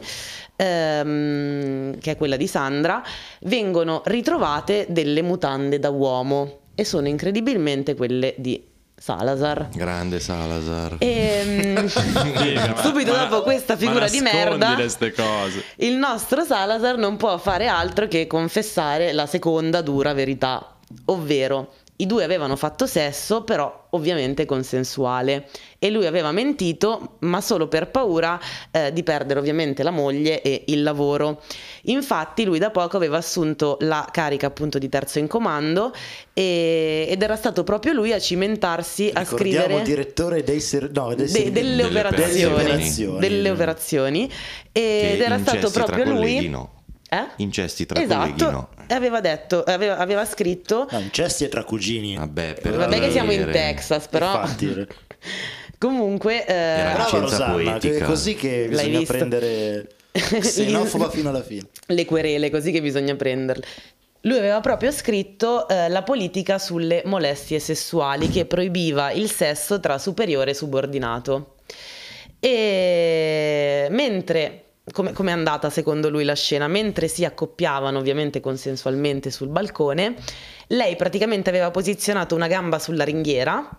[SPEAKER 1] ehm, che è quella di Sandra, vengono ritrovate delle mutande da uomo e sono incredibilmente quelle di Salazar.
[SPEAKER 4] Grande Salazar. [laughs]
[SPEAKER 5] [laughs]
[SPEAKER 1] Ehm, subito dopo questa figura di merda,
[SPEAKER 3] queste cose.
[SPEAKER 1] il nostro Salazar non può fare altro che confessare la seconda dura verità, ovvero i due avevano fatto sesso, però ovviamente consensuale, e lui aveva mentito, ma solo per paura eh, di perdere ovviamente la moglie e il lavoro. Infatti lui da poco aveva assunto la carica appunto di terzo in comando e- ed era stato proprio lui a cimentarsi a
[SPEAKER 2] Ricordiamo
[SPEAKER 1] scrivere
[SPEAKER 2] direttore dei ser- no, dei
[SPEAKER 1] de-
[SPEAKER 2] servizi-
[SPEAKER 1] delle,
[SPEAKER 4] Delle
[SPEAKER 1] operazioni,
[SPEAKER 2] operazioni.
[SPEAKER 1] delle operazioni
[SPEAKER 4] Che
[SPEAKER 1] ed era stato
[SPEAKER 4] incesti tra
[SPEAKER 1] proprio lui
[SPEAKER 4] colleghi no.
[SPEAKER 1] eh?
[SPEAKER 4] Incesti tra colleghi
[SPEAKER 1] esatto
[SPEAKER 4] no.
[SPEAKER 1] e aveva detto aveva, aveva scritto
[SPEAKER 2] No, incesti e tra cugini.
[SPEAKER 4] Vabbè, per
[SPEAKER 1] vabbè che siamo in
[SPEAKER 4] dire.
[SPEAKER 1] Texas Ah, però [laughs]
[SPEAKER 2] Infatti.
[SPEAKER 1] comunque eh,
[SPEAKER 4] Era
[SPEAKER 2] Brava
[SPEAKER 4] Scienza
[SPEAKER 2] Rosanna, che è
[SPEAKER 4] poetica.
[SPEAKER 2] così che bisogna
[SPEAKER 1] visto? [laughs]
[SPEAKER 2] prendere xenofoba fino alla fine.
[SPEAKER 1] le querele così che bisogna prenderle lui aveva proprio scritto eh, la politica sulle molestie sessuali che proibiva il sesso tra superiore e subordinato. E mentre, come come è andata secondo lui la scena? Mentre si accoppiavano ovviamente consensualmente sul balcone, lei praticamente aveva posizionato una gamba sulla ringhiera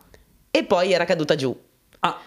[SPEAKER 1] e poi era caduta giù.
[SPEAKER 3] Ah.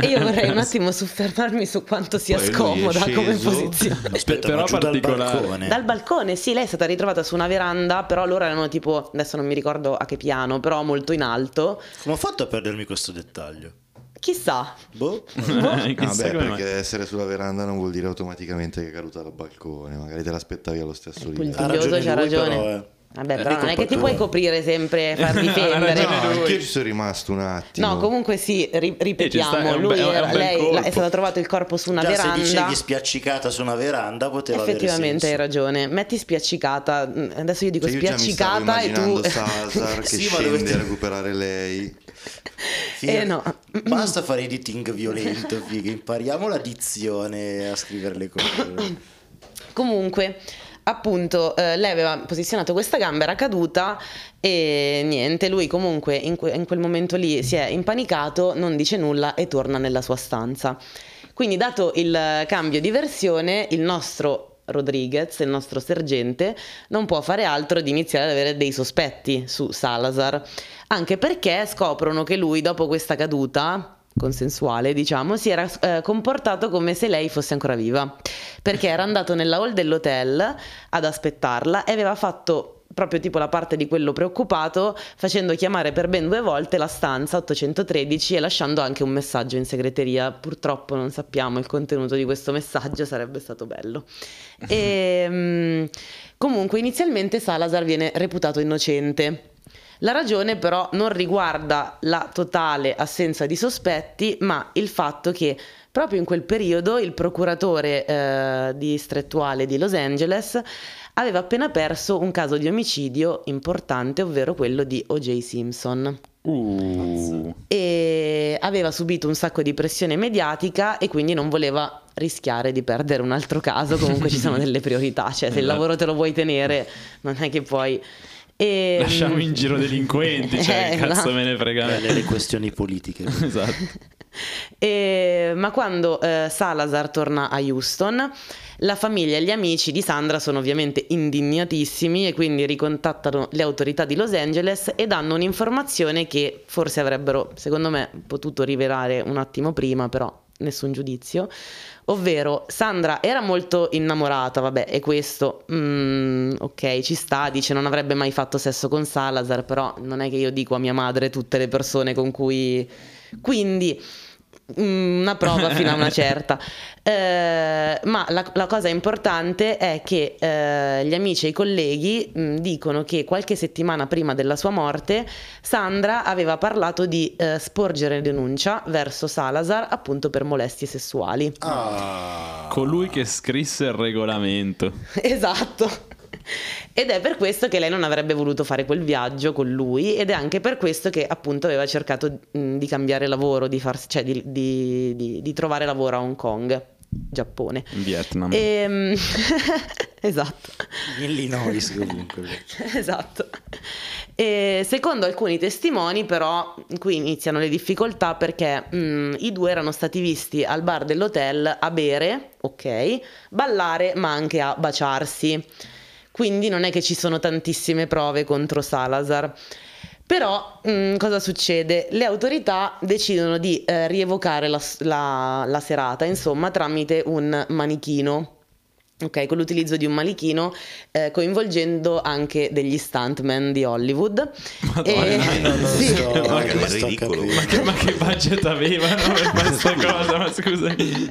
[SPEAKER 1] E
[SPEAKER 4] [laughs]
[SPEAKER 1] io vorrei
[SPEAKER 3] [laughs]
[SPEAKER 1] un attimo soffermarmi su quanto sia
[SPEAKER 4] Poi lui è
[SPEAKER 1] scomoda come
[SPEAKER 4] sceso.
[SPEAKER 1] posizione.
[SPEAKER 2] Aspetta,
[SPEAKER 3] Però
[SPEAKER 2] ma giù dal
[SPEAKER 3] particolare.
[SPEAKER 2] balcone.
[SPEAKER 1] Dal balcone, sì, lei è stata ritrovata su una veranda, però loro erano tipo, adesso non mi ricordo a che piano, però molto in alto.
[SPEAKER 2] Come ho fatto a perdermi questo dettaglio?
[SPEAKER 1] Chissà, [laughs]
[SPEAKER 2] Boh.
[SPEAKER 3] [laughs] Vabbè,
[SPEAKER 4] Vabbè,
[SPEAKER 3] come mai?
[SPEAKER 4] perché essere sulla veranda non vuol dire automaticamente che è caduta dal balcone, magari te l'aspettavi allo stesso
[SPEAKER 1] Appunto.
[SPEAKER 4] livello. Ah,
[SPEAKER 2] Ha
[SPEAKER 1] Curioso,
[SPEAKER 2] ragione
[SPEAKER 1] c'ha
[SPEAKER 2] lui,
[SPEAKER 1] ragione.
[SPEAKER 2] però, eh.
[SPEAKER 1] Vabbè,
[SPEAKER 3] Eh,
[SPEAKER 1] però non è
[SPEAKER 3] colpa
[SPEAKER 1] che ti
[SPEAKER 3] tua.
[SPEAKER 1] puoi coprire sempre e far difendere.
[SPEAKER 3] ragione.
[SPEAKER 4] No,
[SPEAKER 3] lui.
[SPEAKER 4] anch'io ci sono rimasto un attimo.
[SPEAKER 1] No, comunque sì, ri-
[SPEAKER 3] Eh, ci sta, è
[SPEAKER 1] ripetiamo,
[SPEAKER 3] un
[SPEAKER 1] lui
[SPEAKER 3] be- è un
[SPEAKER 1] era-
[SPEAKER 3] bel
[SPEAKER 1] lei la- è
[SPEAKER 3] colpo.
[SPEAKER 1] stato trovato il corpo su una
[SPEAKER 2] Già se
[SPEAKER 1] veranda.
[SPEAKER 2] dicevi spiaccicata su una veranda poteva avere
[SPEAKER 1] Effettivamente hai
[SPEAKER 2] senso.
[SPEAKER 1] ragione. Metti spiaccicata. mm, Adesso io dico
[SPEAKER 4] Cioè, io già mi stavo
[SPEAKER 1] spiaccicata e tu.
[SPEAKER 4] immaginando
[SPEAKER 1] [laughs]
[SPEAKER 4] Salazar che
[SPEAKER 2] Sì, ma
[SPEAKER 4] scende
[SPEAKER 2] dovete-
[SPEAKER 4] a recuperare lei.
[SPEAKER 2] Figa.
[SPEAKER 1] Eh, no.
[SPEAKER 2] Basta fare editing violento, figa. Impariamo la dizione a scrivere le cose.
[SPEAKER 1] Comunque, appunto, eh, lei aveva posizionato questa gamba, era caduta e niente. Lui, comunque, in, que- in quel momento lì si è impanicato, non dice nulla e torna nella sua stanza. Quindi, dato il cambio di versione, il nostro. Rodriguez, il nostro sergente, non può fare altro di iniziare ad avere dei sospetti su Salazar, anche perché scoprono che lui dopo questa caduta consensuale, diciamo, si era eh, comportato come se lei fosse ancora viva, perché era andato nella hall dell'hotel ad aspettarla e aveva fatto proprio tipo la parte di quello preoccupato, facendo chiamare per ben due volte la stanza 813 e lasciando anche un messaggio in segreteria. Purtroppo non sappiamo il contenuto di questo messaggio, sarebbe stato bello. E, mm, comunque, inizialmente Salazar viene reputato innocente. La ragione però non riguarda la totale assenza di sospetti, ma il fatto che proprio in quel periodo il procuratore eh, distrettuale di Los Angeles aveva appena perso un caso di omicidio importante, ovvero quello di O.J. Simpson
[SPEAKER 3] Uh.
[SPEAKER 1] e aveva subito un sacco di pressione mediatica e quindi non voleva rischiare di perdere un altro caso, comunque ci
[SPEAKER 3] [laughs]
[SPEAKER 1] sono delle priorità, cioè se
[SPEAKER 3] Esatto.
[SPEAKER 1] il lavoro te lo vuoi tenere non è che puoi... E, mm,
[SPEAKER 3] Lasciamo in giro delinquenti, cioè,
[SPEAKER 1] Ehm, [laughs] Eh,
[SPEAKER 3] cazzo
[SPEAKER 1] no.
[SPEAKER 3] me ne frega. me.
[SPEAKER 2] Belle le questioni politiche.
[SPEAKER 3] esatto.
[SPEAKER 1] E- ma quando eh, Salazar torna a Houston, la famiglia e gli amici di Sandra sono ovviamente indignatissimi e quindi ricontattano le autorità di Los Angeles e danno un'informazione che forse avrebbero, secondo me, potuto rivelare un attimo prima, però nessun giudizio. Ovvero, Sandra era molto innamorata, vabbè, e questo, mm, ok, ci sta, dice non avrebbe mai fatto sesso con Salazar, però non è che io dico a mia madre tutte le persone con cui... Quindi, mm, una prova fino a una certa. Eh, ma la, la cosa importante è che eh, gli amici e i colleghi mm, dicono che qualche settimana prima della sua morte Sandra aveva parlato di eh, sporgere denuncia verso Salazar appunto per molestie sessuali.
[SPEAKER 2] Ah.
[SPEAKER 3] Colui che scrisse il regolamento.
[SPEAKER 1] [laughs] Esatto. Ed è per questo che lei non avrebbe voluto fare quel viaggio con lui ed è anche per questo che appunto aveva cercato mh, di cambiare lavoro, di, farsi- cioè, di- di- di- di trovare lavoro a Hong Kong, Giappone.
[SPEAKER 3] In Vietnam.
[SPEAKER 1] Ehm, [laughs] esatto. [laughs]
[SPEAKER 2] Illinois comunque.
[SPEAKER 1] Esatto. E secondo alcuni testimoni, però, qui iniziano le difficoltà perché mm, i due erano stati visti al bar dell'hotel a bere, ok, ballare, ma anche a baciarsi. Quindi non è che ci sono tantissime prove contro Salazar. Però mm, cosa succede? Le autorità decidono di eh, rievocare la, s- la- la serata, insomma, tramite un manichino, ok? Con l'utilizzo di un manichino, eh, coinvolgendo anche degli stuntman di Hollywood.
[SPEAKER 3] Madonna,
[SPEAKER 1] E-
[SPEAKER 3] no,
[SPEAKER 1] [laughs]
[SPEAKER 3] no,
[SPEAKER 1] sì.
[SPEAKER 3] no.
[SPEAKER 2] non
[SPEAKER 4] Ma che
[SPEAKER 2] sto a
[SPEAKER 4] ridicolo.
[SPEAKER 2] capire.
[SPEAKER 3] Ma che, ma che budget avevano
[SPEAKER 2] [laughs]
[SPEAKER 1] [laughs]
[SPEAKER 3] per questa cosa? Ma scusami.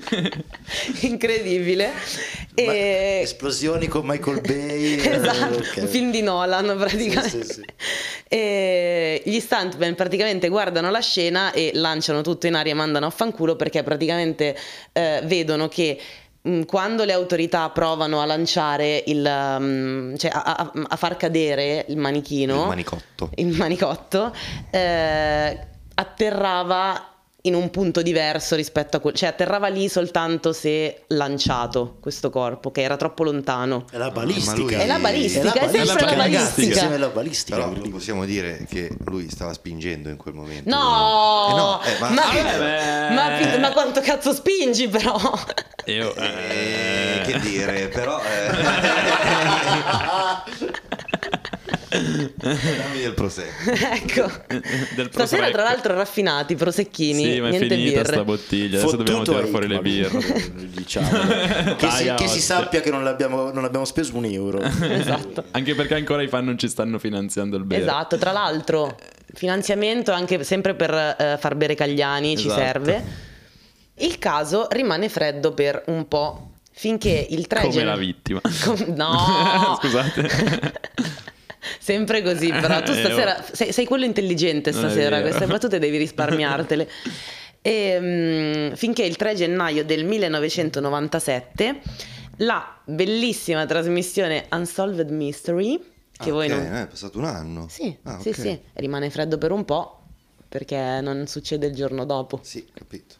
[SPEAKER 1] Incredibile.
[SPEAKER 2] Ma-
[SPEAKER 1] E-
[SPEAKER 2] Esplosioni con Michael Bay. eh,
[SPEAKER 1] Eh, [laughs] Esatto,
[SPEAKER 2] ok.
[SPEAKER 1] un film di Nolan praticamente.
[SPEAKER 2] Sì, sì, sì.
[SPEAKER 1] E gli stuntman praticamente guardano la scena e lanciano tutto in aria e mandano a fanculo perché praticamente eh, vedono che mh, quando le autorità provano a lanciare il um, cioè a, a- a far cadere il manichino,
[SPEAKER 4] Il manicotto.
[SPEAKER 1] il manicotto, eh, atterrava in un punto diverso rispetto a quello, cioè atterrava lì soltanto se lanciato questo corpo, che era troppo lontano.
[SPEAKER 2] È la
[SPEAKER 4] Ma lui-
[SPEAKER 2] balistica.
[SPEAKER 1] È la balistica, è, sempre la
[SPEAKER 3] balistica,
[SPEAKER 2] ragazzi,
[SPEAKER 1] balistica.
[SPEAKER 2] È la balistica.
[SPEAKER 4] Però
[SPEAKER 3] [laughs]
[SPEAKER 4] possiamo dire che lui stava spingendo in quel momento.
[SPEAKER 1] No,
[SPEAKER 4] Eh no, eh, ma,
[SPEAKER 1] ma,
[SPEAKER 3] Vabbè,
[SPEAKER 1] ma-
[SPEAKER 3] beh.
[SPEAKER 1] ma quanto cazzo spingi però? [laughs]
[SPEAKER 3] Io,
[SPEAKER 4] Eh,
[SPEAKER 3] Ecco, eh,
[SPEAKER 4] che dire,
[SPEAKER 3] [laughs]
[SPEAKER 4] però... eh.
[SPEAKER 5] eh,
[SPEAKER 2] [laughs]
[SPEAKER 4] Dammi del prosecco.
[SPEAKER 1] ecco, stasera
[SPEAKER 3] Del prosecco.
[SPEAKER 1] tra l'altro raffinati, prosecchini,
[SPEAKER 3] Sì, ma è
[SPEAKER 1] niente
[SPEAKER 3] finita
[SPEAKER 1] birre.
[SPEAKER 3] sta bottiglia. Adesso dobbiamo
[SPEAKER 2] Fottuto
[SPEAKER 3] tirare fuori le
[SPEAKER 2] Aikman,
[SPEAKER 3] birre.
[SPEAKER 2] [laughs] Diciamo.
[SPEAKER 3] [laughs]
[SPEAKER 2] che, si,
[SPEAKER 3] Dai,
[SPEAKER 2] che si
[SPEAKER 3] oggi.
[SPEAKER 2] sappia che non abbiamo, non abbiamo speso un
[SPEAKER 1] [laughs]
[SPEAKER 2] euro.
[SPEAKER 1] Esatto.
[SPEAKER 3] Anche perché ancora i fan non ci stanno finanziando il bene.
[SPEAKER 1] Esatto, tra
[SPEAKER 3] eh,
[SPEAKER 1] l'altro finanziamento anche sempre per eh, far bere Cagliani ci
[SPEAKER 3] Esatto.
[SPEAKER 1] serve. Il caso rimane freddo per un po' finché il 3
[SPEAKER 3] Come
[SPEAKER 1] [laughs] gennaio
[SPEAKER 3] la vittima.
[SPEAKER 1] [laughs] Com- no!
[SPEAKER 3] [laughs] Scusate.
[SPEAKER 1] Sempre così, però tu
[SPEAKER 3] [laughs] Eh,
[SPEAKER 1] stasera
[SPEAKER 3] oh.
[SPEAKER 1] sei, sei quello intelligente
[SPEAKER 3] Non è
[SPEAKER 1] stasera,
[SPEAKER 3] vero.
[SPEAKER 1] queste battute
[SPEAKER 3] [laughs]
[SPEAKER 1] devi risparmiartele. E, mm, finché il 3 gennaio del 1997 la bellissima trasmissione Unsolved Mystery, che
[SPEAKER 5] Ah,
[SPEAKER 1] voi
[SPEAKER 5] ok,
[SPEAKER 1] non...
[SPEAKER 5] eh, È passato un anno.
[SPEAKER 1] Sì,
[SPEAKER 5] Ah,
[SPEAKER 1] sì,
[SPEAKER 5] ok.
[SPEAKER 1] sì, rimane freddo per un po' perché non succede il giorno dopo.
[SPEAKER 5] Sì, capito.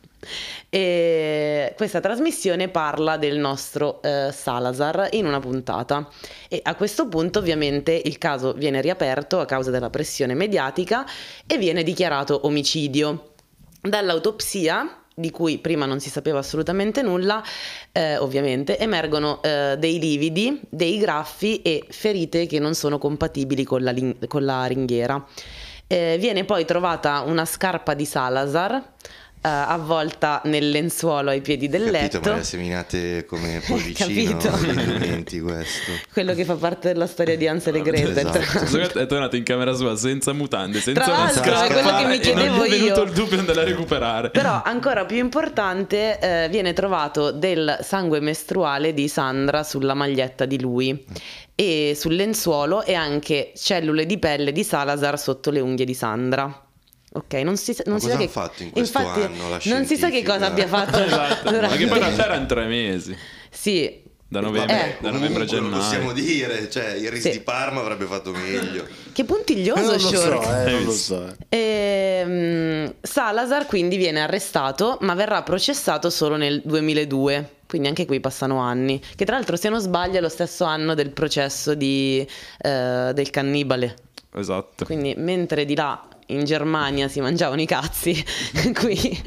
[SPEAKER 1] E questa trasmissione parla del nostro eh, Salazar in una puntata e a questo punto ovviamente il caso viene riaperto a causa della pressione mediatica e viene dichiarato omicidio. Dall'autopsia, di cui prima non si sapeva assolutamente nulla, eh, ovviamente emergono eh, dei lividi, dei graffi e ferite che non sono compatibili con la, lin- con la ringhiera. Eh, viene poi trovata una scarpa di Salazar eh, avvolta nel lenzuolo ai piedi del
[SPEAKER 5] capito,
[SPEAKER 1] letto.
[SPEAKER 5] ma le ha
[SPEAKER 1] [laughs]
[SPEAKER 5] seminate come pollicino
[SPEAKER 1] Capito.
[SPEAKER 5] dei documenti questo.
[SPEAKER 1] Quello che fa parte della storia di Ansel e Gretel.
[SPEAKER 5] Esatto.
[SPEAKER 1] tra-
[SPEAKER 3] Sogart è tornato in camera sua senza mutande, senza
[SPEAKER 1] Tra
[SPEAKER 3] una
[SPEAKER 1] l'altro,
[SPEAKER 5] è
[SPEAKER 3] scarpa,
[SPEAKER 5] quello che mi
[SPEAKER 3] e
[SPEAKER 1] chiedevo
[SPEAKER 3] non gli è venuto
[SPEAKER 1] io.
[SPEAKER 3] il dubbio di andare a recuperare.
[SPEAKER 1] Però ancora più importante eh, viene trovato del sangue mestruale di Sandra sulla maglietta di lui e sul lenzuolo e anche cellule di pelle di Salazar sotto le unghie di Sandra. Ok, non si, sa- non
[SPEAKER 5] Ma
[SPEAKER 1] si sa
[SPEAKER 5] cosa hanno
[SPEAKER 1] che
[SPEAKER 5] fatto in questo
[SPEAKER 1] infatti,
[SPEAKER 5] anno la
[SPEAKER 1] non si sa che
[SPEAKER 5] scientifica?
[SPEAKER 1] cosa abbia fatto
[SPEAKER 3] [laughs] Esatto, ma che
[SPEAKER 1] durante-
[SPEAKER 3] poi in realtà erano tre mesi,
[SPEAKER 1] [laughs] Sì,
[SPEAKER 3] da novembre,
[SPEAKER 1] Eh.
[SPEAKER 3] da novembre a
[SPEAKER 5] Comunque lo
[SPEAKER 3] gennaio.
[SPEAKER 5] possiamo dire, cioè il Ris
[SPEAKER 1] Sì.
[SPEAKER 5] di Parma avrebbe
[SPEAKER 3] [laughs]
[SPEAKER 5] fatto meglio.
[SPEAKER 1] che
[SPEAKER 2] Eh,
[SPEAKER 1] puntiglioso
[SPEAKER 2] non lo
[SPEAKER 1] Shork.
[SPEAKER 2] so, eh, non lo
[SPEAKER 3] Eh,
[SPEAKER 2] so. eh.
[SPEAKER 1] Ehm, Salazar quindi viene arrestato, ma verrà processato solo nel 2002. Quindi anche qui passano anni. Che tra l'altro, se non sbaglio, è lo stesso anno del processo di, eh, del cannibale.
[SPEAKER 3] Esatto.
[SPEAKER 1] Quindi mentre di là in Germania si mangiavano i cazzi, [laughs] qui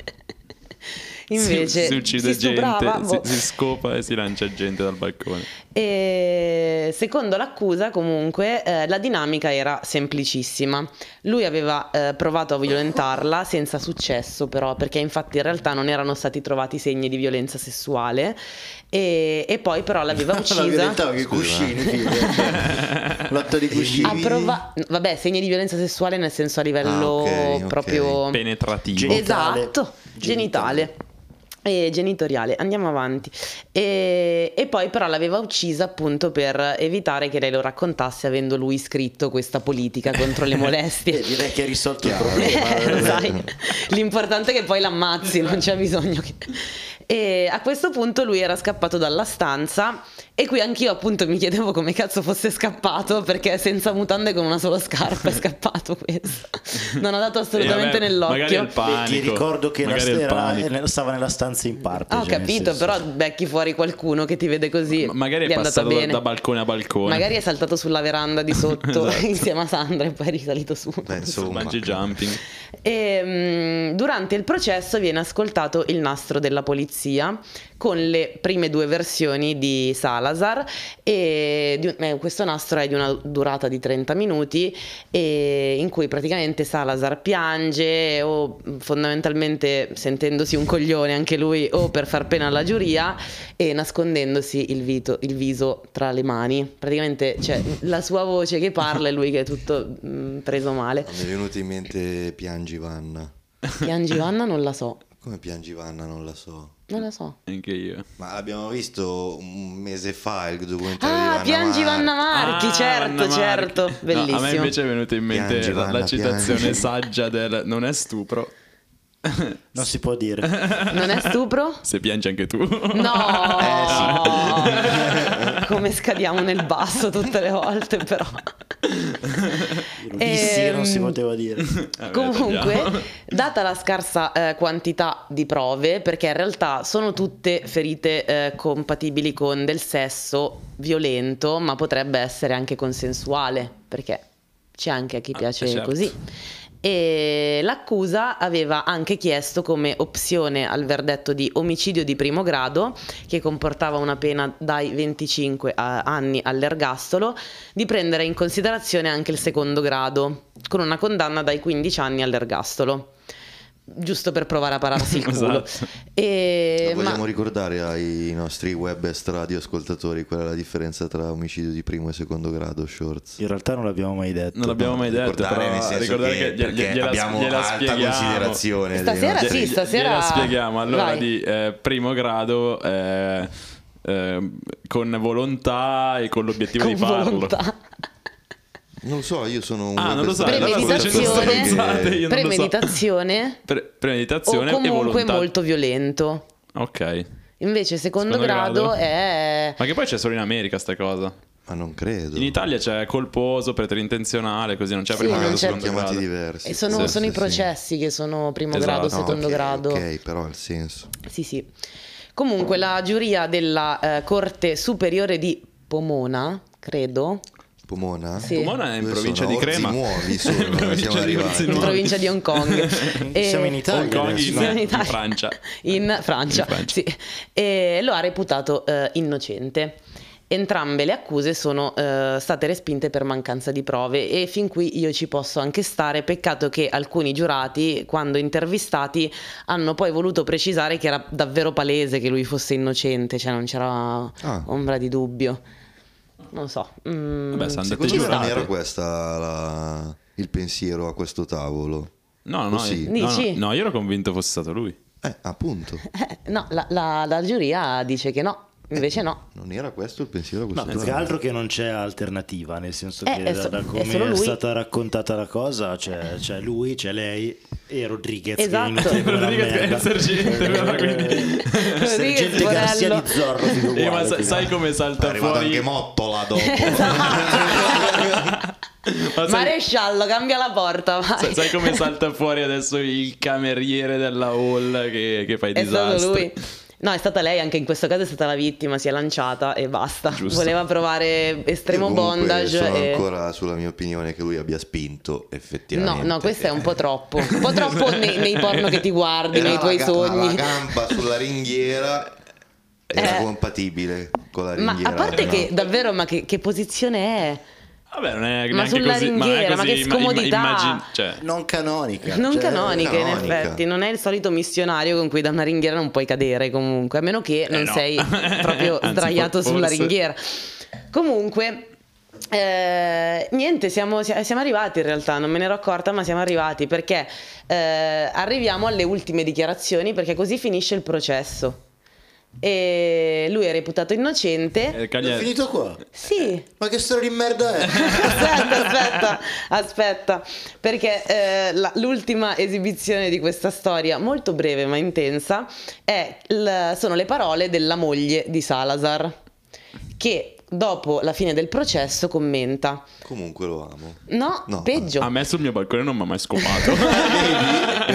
[SPEAKER 1] invece
[SPEAKER 3] si, si uccide
[SPEAKER 1] stuprava,
[SPEAKER 3] gente, si,
[SPEAKER 1] boh.
[SPEAKER 3] si scopa e si lancia gente
[SPEAKER 1] [laughs]
[SPEAKER 3] dal balcone.
[SPEAKER 1] E secondo l'accusa, comunque, eh, la dinamica era semplicissima. Lui aveva eh, provato a violentarla senza successo, però, perché infatti in realtà non erano stati trovati segni di violenza sessuale. E, e poi, però,
[SPEAKER 5] [laughs]
[SPEAKER 1] l'aveva
[SPEAKER 2] La
[SPEAKER 1] uccisa.
[SPEAKER 2] violentava che i cuscini, figlio. [laughs] Lotta di
[SPEAKER 1] Ha
[SPEAKER 2] cuscini.
[SPEAKER 1] prova- Vabbè, segni di violenza sessuale nel senso a livello
[SPEAKER 5] Ah, ok, ok.
[SPEAKER 1] proprio
[SPEAKER 3] Penetrativo.
[SPEAKER 2] Geni- Genitale.
[SPEAKER 1] Esatto,
[SPEAKER 2] Genitale.
[SPEAKER 1] genitale. E genitoriale, andiamo avanti. E, e poi però l'aveva uccisa appunto per evitare che lei lo raccontasse avendo lui scritto questa politica contro
[SPEAKER 3] [laughs]
[SPEAKER 1] le
[SPEAKER 2] Eh,
[SPEAKER 1] molestie.
[SPEAKER 2] direi che hai risolto il
[SPEAKER 5] Chiaro.
[SPEAKER 1] [laughs]
[SPEAKER 2] problema.
[SPEAKER 1] Eh, lo
[SPEAKER 2] veramente.
[SPEAKER 1] sai, l'importante è che poi l'ammazzi, non c'è bisogno che... E a questo punto lui era scappato dalla stanza e qui anch'io appunto mi chiedevo come cazzo fosse scappato perché senza mutande e con una sola scarpa è scappato questo. Non ha dato assolutamente
[SPEAKER 3] Eh, vabbè,
[SPEAKER 1] nell'occhio.
[SPEAKER 3] Magari il panico.
[SPEAKER 2] Ti ricordo che la
[SPEAKER 3] magari il
[SPEAKER 2] stera
[SPEAKER 3] panico.
[SPEAKER 2] era- stava nella stanza in parte.
[SPEAKER 1] Ah, ho
[SPEAKER 2] cioè, nel
[SPEAKER 1] capito,
[SPEAKER 2] senso-
[SPEAKER 1] però becchi fuori qualcuno che ti vede così.
[SPEAKER 3] Ma- magari è
[SPEAKER 1] gli andata
[SPEAKER 3] passato da-
[SPEAKER 1] bene.
[SPEAKER 3] da balcone Esatto. a balcone.
[SPEAKER 1] Magari è saltato sulla veranda
[SPEAKER 3] [laughs]
[SPEAKER 1] di sotto insieme a Sandra e poi è risalito su.
[SPEAKER 5] Beh, insomma,
[SPEAKER 3] Bungee jumping.
[SPEAKER 1] E, mh, Ehm, durante il processo viene ascoltato il nastro della polizia con le prime due versioni di Salazar e di- eh, questo nastro è di una durata di 30 minuti e in cui praticamente Salazar piange o mh, fondamentalmente sentendosi un coglione anche lui o per far pena alla giuria e nascondendosi il, vito- il viso tra le mani. Praticamente c'è la sua voce che parla e lui che è tutto mh, preso
[SPEAKER 5] [laughs]
[SPEAKER 1] male.
[SPEAKER 5] mi è venuto in mente Piangi Vanna.
[SPEAKER 1] Piangi Vanna non la so,
[SPEAKER 5] Come Piangi Vanna non la so.
[SPEAKER 1] non la so.
[SPEAKER 3] Anche io.
[SPEAKER 5] Ma l'abbiamo visto un mese fa il documentario di
[SPEAKER 1] Ah,
[SPEAKER 5] Vanna
[SPEAKER 1] Piangi Vanna Marchi,
[SPEAKER 5] Marchi.
[SPEAKER 3] Ah,
[SPEAKER 1] certo,
[SPEAKER 3] Vanna Marchi.
[SPEAKER 1] certo,
[SPEAKER 3] No,
[SPEAKER 1] bellissimo.
[SPEAKER 3] a me invece è venuta in mente
[SPEAKER 5] Piangi,
[SPEAKER 3] la- la,
[SPEAKER 5] Vanna,
[SPEAKER 3] citazione
[SPEAKER 5] piangi.
[SPEAKER 3] saggia del non è stupro.
[SPEAKER 2] Non si
[SPEAKER 1] [laughs]
[SPEAKER 2] può dire.
[SPEAKER 1] Non è
[SPEAKER 3] [laughs]
[SPEAKER 1] stupro?
[SPEAKER 3] Se piangi anche tu. [laughs] Eh,
[SPEAKER 1] No!
[SPEAKER 5] Eh,
[SPEAKER 1] [laughs] Come scadiamo nel basso tutte le volte però.
[SPEAKER 2] Lo dissi che non si
[SPEAKER 1] Ehm,
[SPEAKER 2] poteva dire.
[SPEAKER 3] [laughs] Eh, Vabbè, tagliamo.
[SPEAKER 1] Comunque, [laughs] data la scarsa eh, quantità di prove, perché in realtà sono tutte ferite eh, compatibili con del sesso violento, ma potrebbe essere anche consensuale, perché c'è anche a chi
[SPEAKER 3] Ah,
[SPEAKER 1] piace
[SPEAKER 3] certo.
[SPEAKER 1] così. E l'accusa aveva anche chiesto come opzione al verdetto di omicidio di primo grado, che comportava una pena dai 25 a- anni all'ergastolo, di prendere in considerazione anche il secondo grado, con una condanna dai 15 anni all'ergastolo. Giusto per provare a pararsi
[SPEAKER 3] [laughs]
[SPEAKER 1] il culo.
[SPEAKER 3] Esatto.
[SPEAKER 1] E-
[SPEAKER 5] Lo
[SPEAKER 1] ma-
[SPEAKER 5] vogliamo ricordare ai nostri webest radioascoltatori qual è la differenza tra omicidio di primo e secondo grado, Shorts?
[SPEAKER 2] In realtà non l'abbiamo mai detto.
[SPEAKER 3] Non l'abbiamo mai detto,
[SPEAKER 5] Ricordare
[SPEAKER 3] però
[SPEAKER 5] nel senso
[SPEAKER 3] ricordare che, glie-
[SPEAKER 5] perché
[SPEAKER 3] gliela,
[SPEAKER 5] abbiamo
[SPEAKER 3] gliela
[SPEAKER 5] alta
[SPEAKER 3] spieghiamo.
[SPEAKER 5] considerazione dei
[SPEAKER 1] Stasera
[SPEAKER 5] nostri-
[SPEAKER 1] sì, stasera-
[SPEAKER 3] Gliela spieghiamo. Allora,
[SPEAKER 1] Vai.
[SPEAKER 3] di eh, primo grado, eh, eh, con volontà e con l'obiettivo
[SPEAKER 1] con
[SPEAKER 3] di farlo.
[SPEAKER 1] volontà.
[SPEAKER 5] Non lo so, io sono un
[SPEAKER 3] Ah, non lo so,
[SPEAKER 5] webster
[SPEAKER 3] allora stai dicendo
[SPEAKER 1] Premeditazione.
[SPEAKER 3] stronzate, io non lo so.
[SPEAKER 1] Premeditazione
[SPEAKER 3] Pre-
[SPEAKER 1] o
[SPEAKER 3] [laughs] premeditazione e
[SPEAKER 1] comunque
[SPEAKER 3] volontà.
[SPEAKER 1] molto violento.
[SPEAKER 3] Ok.
[SPEAKER 1] Invece secondo,
[SPEAKER 3] Secondo
[SPEAKER 1] grado,
[SPEAKER 3] grado.
[SPEAKER 1] è...
[SPEAKER 3] Ma che poi c'è solo in America sta cosa.
[SPEAKER 5] Ma non credo.
[SPEAKER 3] In Italia c'è colposo, preterintenzionale, così non c'è
[SPEAKER 1] Sì,
[SPEAKER 3] primo
[SPEAKER 1] non
[SPEAKER 3] grado,
[SPEAKER 1] c'è-
[SPEAKER 5] sono
[SPEAKER 3] secondo
[SPEAKER 5] chiamati
[SPEAKER 3] grado.
[SPEAKER 5] diversi.
[SPEAKER 1] e sono,
[SPEAKER 5] forse,
[SPEAKER 1] sono i
[SPEAKER 5] sì.
[SPEAKER 1] processi che sono primo
[SPEAKER 3] Esatto.
[SPEAKER 1] grado,
[SPEAKER 5] No,
[SPEAKER 1] secondo
[SPEAKER 5] ok,
[SPEAKER 1] grado.
[SPEAKER 5] Ok, però il senso.
[SPEAKER 1] Sì, sì. Comunque la giuria della eh, Corte Superiore di Pomona, credo,
[SPEAKER 5] Pomona?
[SPEAKER 1] Sì.
[SPEAKER 3] Pomona è in
[SPEAKER 5] Dove
[SPEAKER 3] provincia
[SPEAKER 5] sono?
[SPEAKER 3] di Crema.
[SPEAKER 5] Orzi
[SPEAKER 3] [laughs]
[SPEAKER 5] nuovi sono,
[SPEAKER 3] In provincia
[SPEAKER 5] siamo
[SPEAKER 3] di
[SPEAKER 5] arrivati.
[SPEAKER 3] Orzi
[SPEAKER 1] in
[SPEAKER 3] No.
[SPEAKER 1] provincia di Hong
[SPEAKER 3] [laughs]
[SPEAKER 1] Kong. E-
[SPEAKER 2] Siamo in Italia.
[SPEAKER 3] Hong Kong,
[SPEAKER 2] adesso,
[SPEAKER 3] in-
[SPEAKER 2] no?
[SPEAKER 1] in Italia.
[SPEAKER 3] Francia.
[SPEAKER 1] In Francia,
[SPEAKER 3] In Francia.
[SPEAKER 1] sì. E lo ha reputato eh, innocente. Entrambe le accuse sono eh, state respinte per mancanza di prove e fin qui io ci posso anche stare, peccato che alcuni giurati, quando intervistati, hanno poi voluto precisare che era davvero palese che lui fosse innocente, cioè non c'era
[SPEAKER 5] Ah.
[SPEAKER 1] ombra di dubbio. Non so. mm,
[SPEAKER 3] Vabbè, sono andate
[SPEAKER 5] Secondo me non
[SPEAKER 3] giurate.
[SPEAKER 5] era questo il pensiero a questo tavolo.
[SPEAKER 3] No, no,
[SPEAKER 5] Oh, sì.
[SPEAKER 3] no, no,
[SPEAKER 1] Dici?
[SPEAKER 3] no, io ero convinto fosse stato lui.
[SPEAKER 5] Eh, appunto.
[SPEAKER 1] eh, no, la, la- la giuria dice che no, invece no.
[SPEAKER 5] Non era questo il pensiero a questo
[SPEAKER 2] No, più che
[SPEAKER 5] tavolo.
[SPEAKER 2] altro che non c'è alternativa, nel senso
[SPEAKER 1] Eh,
[SPEAKER 2] che
[SPEAKER 1] è
[SPEAKER 2] da,
[SPEAKER 1] so-
[SPEAKER 2] da
[SPEAKER 1] è
[SPEAKER 2] come
[SPEAKER 1] solo
[SPEAKER 2] è,
[SPEAKER 1] lui.
[SPEAKER 2] stata raccontata la cosa, c'è, c'è lui, c'è lei e Rodriguez. che è
[SPEAKER 1] Esatto.
[SPEAKER 2] inutile, quella
[SPEAKER 3] Rodriguez che è il
[SPEAKER 2] merda.
[SPEAKER 3] sergente, guarda, quindi.
[SPEAKER 2] Eh, Sergente
[SPEAKER 1] Rodriguez,
[SPEAKER 2] Garcia
[SPEAKER 1] Borello.
[SPEAKER 2] di Zorro. figo
[SPEAKER 3] Eh, ma
[SPEAKER 2] uguale,
[SPEAKER 3] sa-
[SPEAKER 2] figo.
[SPEAKER 3] sai come
[SPEAKER 5] È
[SPEAKER 3] salta
[SPEAKER 5] arrivato
[SPEAKER 3] fuori?
[SPEAKER 5] anche
[SPEAKER 1] [laughs]
[SPEAKER 5] Mottola dopo.
[SPEAKER 3] Ma sai,
[SPEAKER 1] Maresciallo, cambia la porta, vai.
[SPEAKER 3] sai- sai come salta fuori adesso il cameriere della hall che, che fa i
[SPEAKER 1] [laughs] è
[SPEAKER 3] disastri?
[SPEAKER 1] stato lui. No, è stata lei, anche in questo caso è stata la vittima, si è lanciata e basta.
[SPEAKER 3] Giusto.
[SPEAKER 1] Voleva provare estremo
[SPEAKER 5] Io comunque
[SPEAKER 1] bondage.
[SPEAKER 5] Sono
[SPEAKER 1] e-
[SPEAKER 5] ancora sulla mia opinione che lui abbia spinto
[SPEAKER 1] No,
[SPEAKER 5] effettivamente.
[SPEAKER 1] no, questo è un po' troppo. Un po'
[SPEAKER 3] [laughs]
[SPEAKER 1] troppo nei, nei porno che ti guardi,
[SPEAKER 5] Era
[SPEAKER 1] nei tuoi
[SPEAKER 5] la ga- La
[SPEAKER 1] sogni.
[SPEAKER 5] gamba sulla ringhiera era
[SPEAKER 1] Eh.
[SPEAKER 5] compatibile con la
[SPEAKER 1] Ma
[SPEAKER 5] ringhiera.
[SPEAKER 1] a parte
[SPEAKER 5] no?
[SPEAKER 1] che davvero, ma che, che posizione è?
[SPEAKER 3] Vabbè, non è
[SPEAKER 1] Ma
[SPEAKER 3] neanche
[SPEAKER 1] sulla
[SPEAKER 3] così, ma non è
[SPEAKER 1] ringhiera, ma
[SPEAKER 3] così
[SPEAKER 1] che
[SPEAKER 3] imma- imma-
[SPEAKER 1] scomodità!
[SPEAKER 3] immagin- cioè,
[SPEAKER 2] Non canonica.
[SPEAKER 1] Non
[SPEAKER 2] cioè,
[SPEAKER 1] canonica, in
[SPEAKER 5] canonica.
[SPEAKER 1] effetti, non è il solito missionario con cui da una ringhiera non puoi cadere comunque, a meno che non
[SPEAKER 3] Eh, no. [laughs]
[SPEAKER 1] sei proprio
[SPEAKER 3] Anzi,
[SPEAKER 1] sdraiato
[SPEAKER 3] for-
[SPEAKER 1] sulla
[SPEAKER 3] forse.
[SPEAKER 1] ringhiera. Comunque, eh, niente, siamo, si- siamo arrivati in realtà, non me ne ero accorta, ma siamo arrivati perché eh, arriviamo alle ultime dichiarazioni perché così finisce il processo. E lui è reputato innocente.
[SPEAKER 3] eh,
[SPEAKER 2] È
[SPEAKER 3] Cagliari-
[SPEAKER 2] finito qua.
[SPEAKER 1] Sì,
[SPEAKER 2] Ma che storia di merda è?
[SPEAKER 1] aspetta, aspetta, aspetta, perché eh, la- l'ultima esibizione di questa storia, molto breve ma intensa, è il- sono le parole della moglie di Salazar, che dopo la fine del processo commenta,
[SPEAKER 5] Comunque lo amo.
[SPEAKER 1] no,
[SPEAKER 5] No,
[SPEAKER 1] peggio,
[SPEAKER 2] Ah.
[SPEAKER 3] A me sul mio balcone non mi ha
[SPEAKER 1] [laughs]
[SPEAKER 3] mai scopato.
[SPEAKER 5] Per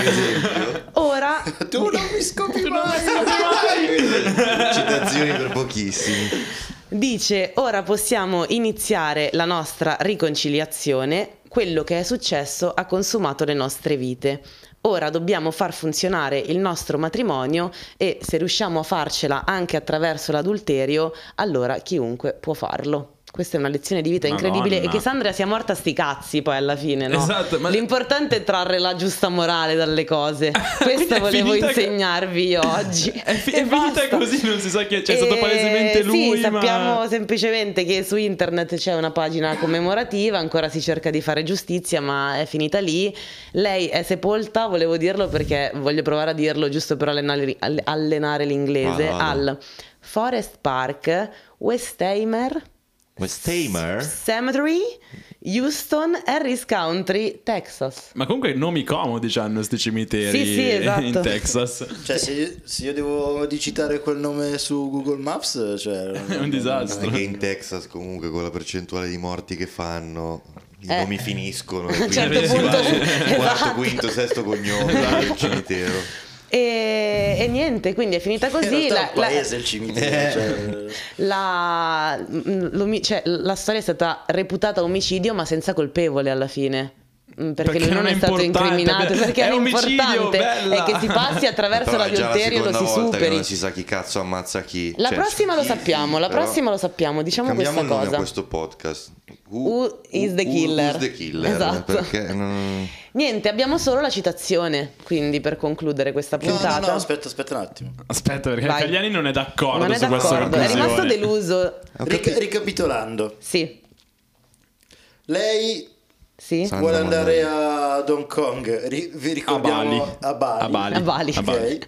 [SPEAKER 5] esempio,
[SPEAKER 1] ora...
[SPEAKER 2] [laughs] tu non mi
[SPEAKER 3] [laughs]
[SPEAKER 2] scopi mai.
[SPEAKER 5] citazioni per pochissimi.
[SPEAKER 1] Dice, ora possiamo iniziare la nostra riconciliazione, quello che è successo ha consumato le nostre vite. Ora dobbiamo far funzionare il nostro matrimonio e se riusciamo a farcela anche attraverso l'adulterio, allora chiunque può farlo. Questa è una lezione di vita incredibile e
[SPEAKER 3] Madonna.
[SPEAKER 1] che Sandra sia morta a sti cazzi poi alla fine, no?
[SPEAKER 3] Esatto, ma-
[SPEAKER 1] L'importante è trarre la giusta morale dalle
[SPEAKER 3] [laughs]
[SPEAKER 1] cose. Questo
[SPEAKER 3] È
[SPEAKER 1] volevo
[SPEAKER 3] finita-
[SPEAKER 1] insegnarvi io oggi.
[SPEAKER 3] [laughs] È, fi-
[SPEAKER 1] E
[SPEAKER 3] è finita
[SPEAKER 1] basta.
[SPEAKER 3] così, non si sa chi è. Cioè, è stato
[SPEAKER 1] Eh,
[SPEAKER 3] palesemente lui.
[SPEAKER 1] Sì, sappiamo semplicemente che su internet c'è una pagina commemorativa, ancora si cerca di fare giustizia, ma è finita lì. Lei è sepolta, volevo dirlo perché voglio provare a dirlo giusto per allenare, all- allenare l'inglese,
[SPEAKER 5] Vada.
[SPEAKER 1] al Forest Park, Westheimer
[SPEAKER 5] Westheimer?
[SPEAKER 1] Cemetery, Houston, Harris County, Texas.
[SPEAKER 3] Ma comunque nomi comodi hanno sti cimiteri
[SPEAKER 1] Sì, sì, esatto.
[SPEAKER 3] in Texas.
[SPEAKER 2] Cioè, se io, se io devo digitare quel nome su Google Maps, cioè,
[SPEAKER 3] [laughs] È un disastro.
[SPEAKER 5] Che in Texas comunque con la percentuale di morti che fanno i
[SPEAKER 1] Eh. [laughs]
[SPEAKER 5] nomi finiscono. e
[SPEAKER 1] A un
[SPEAKER 5] quindi
[SPEAKER 1] certo
[SPEAKER 5] si va
[SPEAKER 1] punto-
[SPEAKER 5] al quarto,
[SPEAKER 1] esatto.
[SPEAKER 5] quinto, sesto cognome
[SPEAKER 3] Esatto.
[SPEAKER 5] del cimitero.
[SPEAKER 1] E, e niente, quindi è finita
[SPEAKER 2] in
[SPEAKER 1] così.
[SPEAKER 2] realtà
[SPEAKER 1] la-
[SPEAKER 2] è un
[SPEAKER 1] la-
[SPEAKER 2] paese il
[SPEAKER 5] Eh.
[SPEAKER 2] cimitero. cioè,
[SPEAKER 1] La, mm, l'omi- cioè, la storia è stata reputata omicidio ma senza colpevole alla fine. Mm, Perché,
[SPEAKER 3] Perché
[SPEAKER 1] lui non
[SPEAKER 3] non
[SPEAKER 1] è,
[SPEAKER 3] è
[SPEAKER 1] stato
[SPEAKER 3] importante,
[SPEAKER 1] incriminato.
[SPEAKER 3] perché
[SPEAKER 1] Perché
[SPEAKER 3] è omicidio,
[SPEAKER 1] l'importante
[SPEAKER 3] bella!
[SPEAKER 1] è che si passi
[SPEAKER 2] [laughs]
[SPEAKER 1] attraverso
[SPEAKER 5] Però è già la
[SPEAKER 1] l'adulterio e lo
[SPEAKER 5] seconda
[SPEAKER 1] si
[SPEAKER 5] volta che
[SPEAKER 1] superi.
[SPEAKER 5] non si sa chi cazzo ammazza chi.
[SPEAKER 1] La
[SPEAKER 5] Cioè,
[SPEAKER 1] prossima lo
[SPEAKER 5] sì,
[SPEAKER 1] sappiamo, la
[SPEAKER 5] però
[SPEAKER 1] prossima lo sappiamo, diciamo
[SPEAKER 5] cambiamo
[SPEAKER 1] questa
[SPEAKER 5] il nome
[SPEAKER 1] cosa.
[SPEAKER 5] a questo podcast. Who,
[SPEAKER 1] Who is the killer?
[SPEAKER 5] Who is the killer?
[SPEAKER 1] Esatto. [laughs]
[SPEAKER 5] Perché non...
[SPEAKER 1] Niente, abbiamo solo la citazione, quindi per concludere questa
[SPEAKER 2] No, no,
[SPEAKER 1] puntata.
[SPEAKER 2] no, aspetta, aspetta un attimo.
[SPEAKER 3] Aspetta, perché
[SPEAKER 1] Vai.
[SPEAKER 3] Cagliani non è d'accordo
[SPEAKER 1] non è
[SPEAKER 3] su questa
[SPEAKER 1] d'accordo, è
[SPEAKER 3] conclusione.
[SPEAKER 1] rimasto deluso.
[SPEAKER 5] Ho
[SPEAKER 2] Rica-
[SPEAKER 5] capito.
[SPEAKER 2] ricapitolando,
[SPEAKER 1] Sì,
[SPEAKER 2] lei
[SPEAKER 1] sì.
[SPEAKER 5] Sa-
[SPEAKER 2] vuole
[SPEAKER 5] Andiamo
[SPEAKER 2] andare a Hong Kong, ri- vi
[SPEAKER 3] A Bali.
[SPEAKER 2] ricordiamo a Bali.
[SPEAKER 1] A Bali.
[SPEAKER 2] Ok.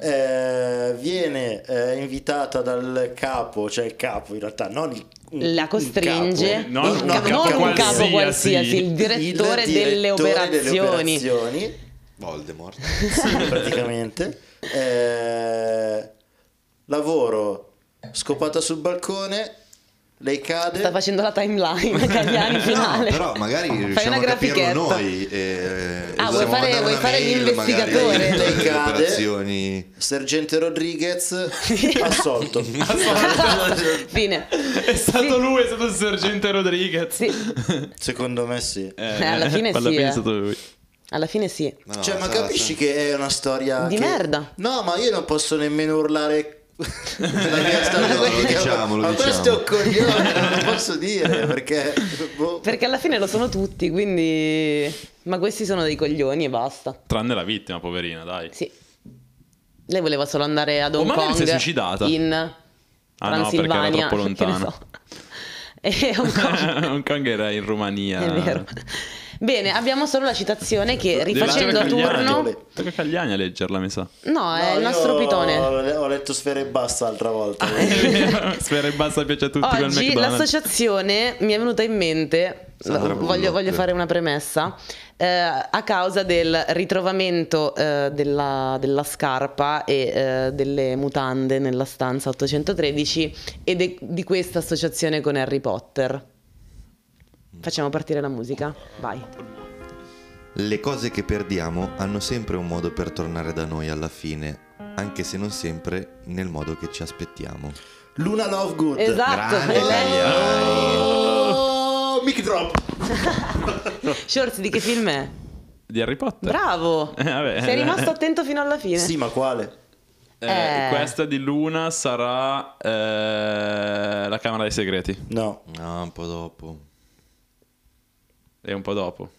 [SPEAKER 2] eh, viene eh, invitata dal capo, cioè il capo in realtà, non Mm. il un-
[SPEAKER 1] La
[SPEAKER 2] un
[SPEAKER 1] costringe,
[SPEAKER 2] capo. eh.
[SPEAKER 3] No,
[SPEAKER 1] il
[SPEAKER 3] un
[SPEAKER 1] ca-
[SPEAKER 3] capo
[SPEAKER 1] non un capo
[SPEAKER 3] qualsiasi.
[SPEAKER 1] qualsiasi, il
[SPEAKER 3] Il
[SPEAKER 1] direttore, delle, operazioni.
[SPEAKER 2] operazioni.
[SPEAKER 5] Voldemort.
[SPEAKER 2] [laughs] praticamente. Eh, lavoro, scopata sul balcone, lei cade.
[SPEAKER 1] Sta facendo la timeline, Cagliani
[SPEAKER 5] No,
[SPEAKER 1] finale.
[SPEAKER 5] però magari
[SPEAKER 1] Fai
[SPEAKER 5] riusciamo
[SPEAKER 1] una
[SPEAKER 5] a capirlo
[SPEAKER 1] grafichetta.
[SPEAKER 5] noi. eh,
[SPEAKER 1] Ah,
[SPEAKER 5] possiamo
[SPEAKER 1] vuoi fare-
[SPEAKER 5] mandare
[SPEAKER 1] vuoi
[SPEAKER 5] una
[SPEAKER 1] fare
[SPEAKER 5] mail, magari,
[SPEAKER 1] l'investigatore?
[SPEAKER 5] alle
[SPEAKER 2] Lei cade.
[SPEAKER 5] operazioni.
[SPEAKER 1] [laughs]
[SPEAKER 2] Sergente Rodriguez
[SPEAKER 5] [laughs]
[SPEAKER 2] assolto.
[SPEAKER 1] Fine.
[SPEAKER 3] È stato lui, è stato il sergente Rodriguez. Eh,
[SPEAKER 1] Sì,
[SPEAKER 2] Secondo me sì.
[SPEAKER 1] Eh, alla fine
[SPEAKER 3] [laughs] alla
[SPEAKER 1] sì,
[SPEAKER 3] fine
[SPEAKER 1] eh.
[SPEAKER 3] è stato lui.
[SPEAKER 1] alla fine sì.
[SPEAKER 5] No, no,
[SPEAKER 2] cioè, ma
[SPEAKER 5] sarà-
[SPEAKER 2] capisci che è una storia
[SPEAKER 1] Di
[SPEAKER 2] che-
[SPEAKER 1] merda.
[SPEAKER 2] No, ma io non posso nemmeno
[SPEAKER 5] [laughs]
[SPEAKER 2] urlare la mia storia.
[SPEAKER 5] No, lo
[SPEAKER 2] perché-
[SPEAKER 5] diciamo, lo
[SPEAKER 2] ma questo è un
[SPEAKER 5] diciamo.
[SPEAKER 2] coglione, non lo posso dire perché boh.
[SPEAKER 1] Perché alla fine lo sono tutti, quindi... Ma questi sono dei coglioni e basta.
[SPEAKER 3] Tranne la vittima, poverina, dai. [laughs]
[SPEAKER 1] Sì. Lei voleva solo andare ad Hong
[SPEAKER 3] magari
[SPEAKER 1] Kong.
[SPEAKER 3] si è suicidata.
[SPEAKER 1] In
[SPEAKER 3] Ah, no, perché
[SPEAKER 1] Transilvania. [laughs]
[SPEAKER 3] era
[SPEAKER 1] che
[SPEAKER 3] troppo
[SPEAKER 1] ne
[SPEAKER 3] lontano.
[SPEAKER 1] so. E Hong Kong.
[SPEAKER 3] Hong Kong era in Romania.
[SPEAKER 1] È vero. Bene, abbiamo solo la citazione che
[SPEAKER 3] Deve
[SPEAKER 1] rifacendo
[SPEAKER 3] leggere Cagliani.
[SPEAKER 1] turno...
[SPEAKER 3] Tocca a Cagliani a leggerla,
[SPEAKER 1] [laughs]
[SPEAKER 3] mi sa. [laughs]
[SPEAKER 1] No, è
[SPEAKER 2] No,
[SPEAKER 1] il nostro
[SPEAKER 2] io
[SPEAKER 1] pitone. Ah, eh.
[SPEAKER 2] Ho, ho letto Sfera e Basta l'altra volta.
[SPEAKER 3] Spero e basta piace a tutti quel
[SPEAKER 1] Oggi
[SPEAKER 3] McDonald's.
[SPEAKER 1] l'associazione mi è venuta in mente,
[SPEAKER 5] Sandra
[SPEAKER 1] voglio,
[SPEAKER 5] Bullock.
[SPEAKER 1] voglio fare una premessa, eh, a causa del ritrovamento eh, della, della scarpa e eh, delle mutande nella stanza 813 e de- di questa associazione con Harry Potter. Facciamo partire la musica, vai.
[SPEAKER 5] Le cose che perdiamo hanno sempre un modo per tornare da noi alla fine, anche se non sempre nel modo che ci aspettiamo.
[SPEAKER 2] Luna Lovegood.
[SPEAKER 1] Esatto,
[SPEAKER 5] grande
[SPEAKER 1] è lei.
[SPEAKER 5] Cagliari.
[SPEAKER 2] Oh, mic drop.
[SPEAKER 1] Shorts di che film è?
[SPEAKER 3] Di Harry Potter.
[SPEAKER 1] Bravo!
[SPEAKER 3] [laughs] Eh, vabbè.
[SPEAKER 1] Sei rimasto attento fino alla fine.
[SPEAKER 2] Sì, ma quale?
[SPEAKER 3] Eh,
[SPEAKER 1] Eh.
[SPEAKER 3] Questa di Luna sarà eh, la Camera dei Segreti.
[SPEAKER 2] No.
[SPEAKER 5] No, un po' dopo.
[SPEAKER 3] È un po' dopo.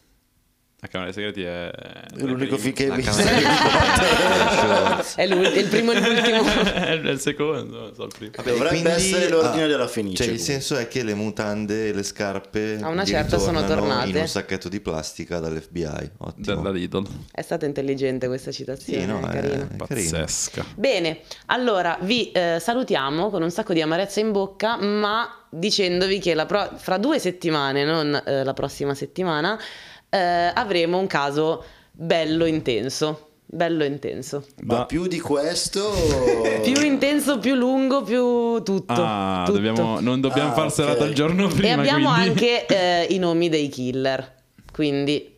[SPEAKER 3] La Camera dei Segreti è...
[SPEAKER 2] È l'unico film che
[SPEAKER 5] La
[SPEAKER 2] hai visto.
[SPEAKER 5] camera di Potter.
[SPEAKER 1] È l'ult- il primo e
[SPEAKER 3] [laughs]
[SPEAKER 1] l'ultimo.
[SPEAKER 3] è il secondo, non so il primo.
[SPEAKER 5] Vabbè, ah,
[SPEAKER 2] Dovrebbe essere l'ordine della Fenice,
[SPEAKER 5] Cioè, il
[SPEAKER 2] comunque.
[SPEAKER 5] senso è che le mutande e le scarpe
[SPEAKER 1] A una
[SPEAKER 5] gli
[SPEAKER 1] certa sono
[SPEAKER 5] ritornano
[SPEAKER 1] tornate.
[SPEAKER 5] in un sacchetto di plastica dall'FBI. Ottimo.
[SPEAKER 3] Della Lidl.
[SPEAKER 1] È stata intelligente questa citazione, eh,
[SPEAKER 5] Sì, no,
[SPEAKER 3] eh.
[SPEAKER 5] è-
[SPEAKER 1] carina.
[SPEAKER 5] È carino.
[SPEAKER 3] Pazzesca.
[SPEAKER 1] Bene, allora vi eh, salutiamo con un sacco di amarezza in bocca, ma dicendovi che la pro- fra due settimane, non eh, la prossima settimana, eh, avremo un caso bello intenso. Bello intenso.
[SPEAKER 2] Ma
[SPEAKER 3] Da-
[SPEAKER 2] più di questo
[SPEAKER 1] [laughs] Più intenso, più lungo, più tutto.
[SPEAKER 3] Oh. Ah,
[SPEAKER 1] tutto.
[SPEAKER 3] dobbiamo- non dobbiamo
[SPEAKER 2] Ah,
[SPEAKER 3] far
[SPEAKER 2] ok.
[SPEAKER 3] serata il giorno prima.
[SPEAKER 1] e abbiamo
[SPEAKER 3] quindi.
[SPEAKER 1] anche eh, i nomi dei killer, quindi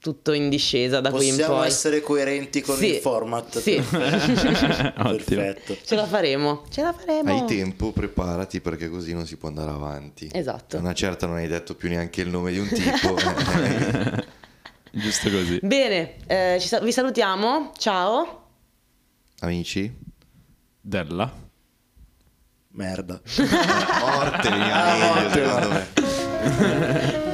[SPEAKER 1] tutto in discesa da qui in
[SPEAKER 2] possiamo
[SPEAKER 1] poi.
[SPEAKER 2] essere coerenti con
[SPEAKER 1] Sì,
[SPEAKER 2] il format. [laughs]
[SPEAKER 1] sì. [laughs]
[SPEAKER 3] [laughs] Ottimo.
[SPEAKER 2] Perfetto.
[SPEAKER 1] Ce la faremo, ce la faremo.
[SPEAKER 5] Hai tempo, preparati perché così non si può andare avanti.
[SPEAKER 1] Esatto.
[SPEAKER 5] A Una certa non hai detto più neanche il nome di un tipo.
[SPEAKER 1] [laughs]
[SPEAKER 5] eh.
[SPEAKER 3] Giusto così.
[SPEAKER 1] Bene, eh, ci sa- vi salutiamo. Ciao.
[SPEAKER 5] Amici,
[SPEAKER 1] [laughs]
[SPEAKER 3] Della.
[SPEAKER 2] Merda.
[SPEAKER 5] morte,
[SPEAKER 2] Ah,
[SPEAKER 5] meglio
[SPEAKER 1] Ah,
[SPEAKER 2] morte,
[SPEAKER 5] secondo me.